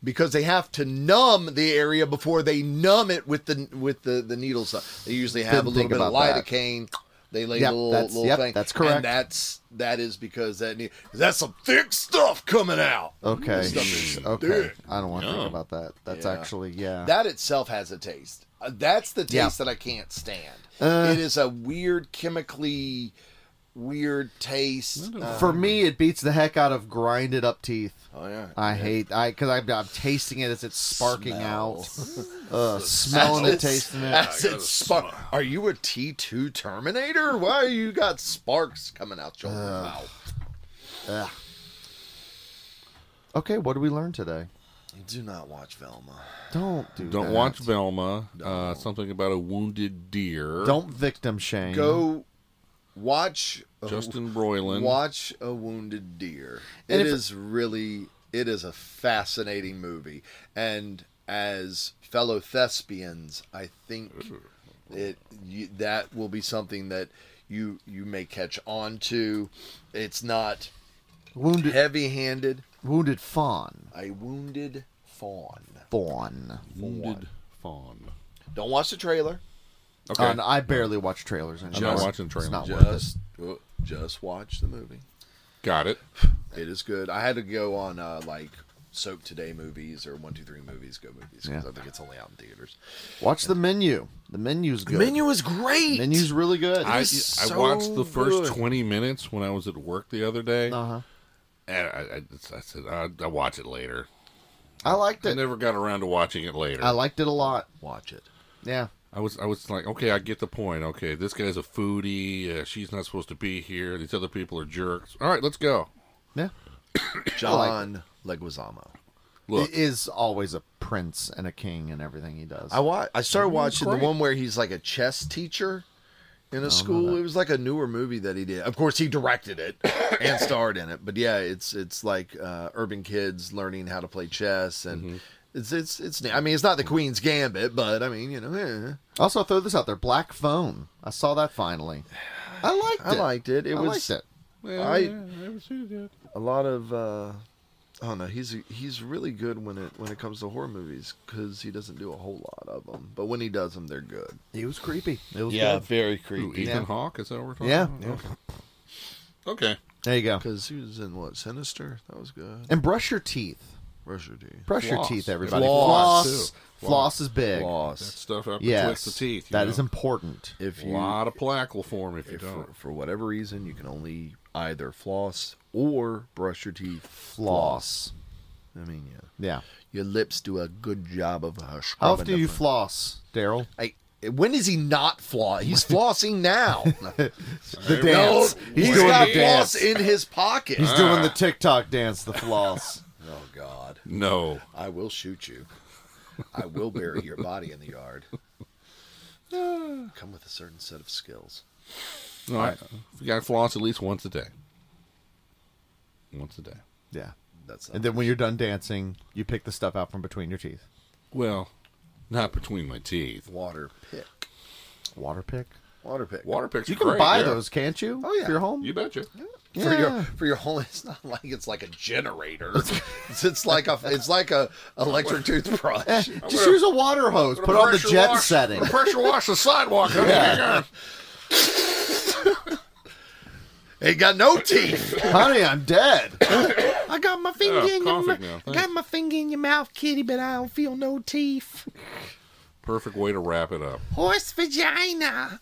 Speaker 4: because they have to numb the area before they numb it with the with the the needle stuff. They usually have
Speaker 3: Didn't
Speaker 4: a little
Speaker 3: think
Speaker 4: bit of
Speaker 3: about that.
Speaker 4: lidocaine. They lay
Speaker 3: Yep,
Speaker 4: a little,
Speaker 3: that's-
Speaker 4: little
Speaker 3: yep,
Speaker 4: thing.
Speaker 3: that's correct.
Speaker 4: And that's that is because that ne- that's some thick stuff coming out.
Speaker 3: okay,
Speaker 4: Stuff is
Speaker 3: okay.
Speaker 4: thick.
Speaker 3: I don't want to
Speaker 5: Yeah.
Speaker 3: think about that. That's
Speaker 4: Yeah.
Speaker 3: actually yeah.
Speaker 4: That itself has a taste. Uh, That's the taste
Speaker 3: Yeah.
Speaker 4: that I can't stand.
Speaker 3: Uh.
Speaker 4: it is a weird, chemically weird taste. Uh,
Speaker 3: For me, it beats the heck out of grinded up teeth.
Speaker 4: oh yeah,
Speaker 3: I hate I because I'm, I'm tasting it as it's sparking out, uh, smelling it,
Speaker 4: As it's-
Speaker 3: tasting it.
Speaker 4: as it's spark. Are you a T two Terminator? Why you got sparks coming out your mouth?
Speaker 3: Ugh. Okay, what did we learn today?
Speaker 4: Do not watch Velma.
Speaker 3: Don't do
Speaker 5: Don't
Speaker 3: that.
Speaker 5: watch Velma. Uh, something about a wounded deer.
Speaker 3: Don't victim shame.
Speaker 4: Go watch
Speaker 5: Justin Broiland.
Speaker 4: Watch a wounded deer.
Speaker 3: And
Speaker 4: it
Speaker 3: if-
Speaker 4: is really it is a fascinating movie. And as fellow thespians, I think it you, that will be something that you you may catch on to. It's not
Speaker 3: wounded
Speaker 4: heavy-handed.
Speaker 3: wounded fawn.
Speaker 4: A wounded fawn.
Speaker 3: Fawn.
Speaker 5: Wounded fawn.
Speaker 4: Don't watch the trailer.
Speaker 5: Okay.
Speaker 3: And I barely watch trailers anymore.
Speaker 5: not watching trailers.
Speaker 3: It's not worth it.
Speaker 4: Just oh, just watch the movie.
Speaker 5: Got it.
Speaker 4: It is good. I had to go on uh, like Soap Today movies or One Two Three movies, go movies because
Speaker 3: Yeah.
Speaker 4: I think it's only out in theaters.
Speaker 3: Watch the menu. The menu's good.
Speaker 4: is great.
Speaker 3: Menu's really good.
Speaker 5: I,
Speaker 4: is
Speaker 5: I
Speaker 4: so
Speaker 5: watched the first
Speaker 4: good.
Speaker 5: 20 minutes when I was at work the other day.
Speaker 3: Uh-huh.
Speaker 5: And I, I, I said, I'll, I'll watch it later.
Speaker 3: I liked
Speaker 5: I
Speaker 3: it.
Speaker 5: never got around to watching it later.
Speaker 3: I liked it a lot.
Speaker 4: Watch it.
Speaker 3: Yeah.
Speaker 5: I was I was like, okay, I get the point. Okay, this guy's a foodie. Uh, she's not supposed to be here. These other people are jerks. All right, let's go.
Speaker 3: Yeah.
Speaker 4: John Leguizamo.
Speaker 5: Look,
Speaker 3: He is always a prince and a king and everything he does.
Speaker 4: I wa- I started watching
Speaker 5: great.
Speaker 4: the one where he's like a chess teacher in a school. It was like a newer movie that he did. Of course, he directed it and starred in it. But yeah, it's it's like uh, urban kids learning how to play chess and. It's, it's it's I mean it's not the Queen's Gambit, but I mean you know eh.
Speaker 3: also throw this out there. Black phone. I saw that finally. I liked
Speaker 4: I
Speaker 3: it.
Speaker 4: liked it. It
Speaker 3: I
Speaker 4: was
Speaker 3: liked it.
Speaker 4: I-
Speaker 5: haven't seen it yet.
Speaker 4: a lot of uh oh no he's he's really good when it when it comes to horror movies because he doesn't do a whole lot of them but when he does them they're good
Speaker 3: It was creepy. It was good.
Speaker 4: very
Speaker 5: Ooh, Ethan
Speaker 3: Yeah.
Speaker 5: Hawke is that what we're talking
Speaker 3: Yeah.
Speaker 5: about? Oh, Okay.
Speaker 3: There you go.
Speaker 4: because he was in what sinister that was good
Speaker 3: And brush your teeth.
Speaker 4: brush your teeth
Speaker 3: Brush your
Speaker 5: Floss.
Speaker 3: teeth, everybody.
Speaker 4: Floss,
Speaker 3: Floss.
Speaker 4: too.
Speaker 3: Floss, is big.
Speaker 5: That
Speaker 4: loss
Speaker 5: stuff up
Speaker 3: Yes.
Speaker 5: and twist the teeth.
Speaker 3: That
Speaker 5: you
Speaker 3: is
Speaker 5: know?
Speaker 3: important.
Speaker 4: if
Speaker 5: a
Speaker 4: you
Speaker 5: lot of plaque will form if you
Speaker 4: if
Speaker 5: don't.
Speaker 4: for, for whatever reason you can only either floss or brush your teeth
Speaker 3: Floss.
Speaker 4: i mean yeah
Speaker 3: Yeah.
Speaker 4: your lips do a good job of uh,
Speaker 3: How
Speaker 4: scrubbing
Speaker 3: often do you
Speaker 4: the-
Speaker 3: floss, Daryl?
Speaker 4: I- when is he not floss? He's flossing now.
Speaker 3: The
Speaker 4: No,
Speaker 3: He's
Speaker 4: he's
Speaker 3: doing
Speaker 4: got
Speaker 3: the
Speaker 4: floss
Speaker 3: dance.
Speaker 4: in his pocket.
Speaker 3: He's doing the TikTok dance, the floss.
Speaker 4: oh God,
Speaker 5: No.
Speaker 4: I will shoot you. I will bury your body in the yard. Come with a certain set of skills.
Speaker 5: No, I, you got to floss at least once a day. Once a day.
Speaker 3: yeah.
Speaker 4: That's not
Speaker 3: And then when you're done dancing, you pick the stuff out from between your teeth.
Speaker 5: Well, not between my teeth.
Speaker 4: water pick.
Speaker 3: Water pick.
Speaker 4: Water pick.
Speaker 5: Water picks.
Speaker 3: You
Speaker 5: are
Speaker 3: can
Speaker 5: great,
Speaker 3: buy
Speaker 5: yeah.
Speaker 3: those, can't you?
Speaker 4: Oh, yeah.
Speaker 3: For your home?
Speaker 5: You betcha.
Speaker 4: for your
Speaker 3: Yeah.
Speaker 4: for your whole. It's not like it's like a generator. it's, it's like a it's like a electric toothbrush.
Speaker 3: Eh, Just use a water hose. Put on the
Speaker 5: Pressure
Speaker 3: jet
Speaker 5: wash-
Speaker 3: setting.
Speaker 5: Pressure wash the sidewalk. honey.
Speaker 4: Ain't got no teeth.
Speaker 3: Honey, I'm dead.
Speaker 6: I got my finger
Speaker 5: Oh,
Speaker 6: in your
Speaker 5: coffee
Speaker 6: mouth.
Speaker 5: now,
Speaker 6: I
Speaker 5: thanks.
Speaker 6: got my finger in your mouth, kitty, but I don't feel no teeth.
Speaker 5: Perfect way to wrap it up.
Speaker 6: Horse vagina.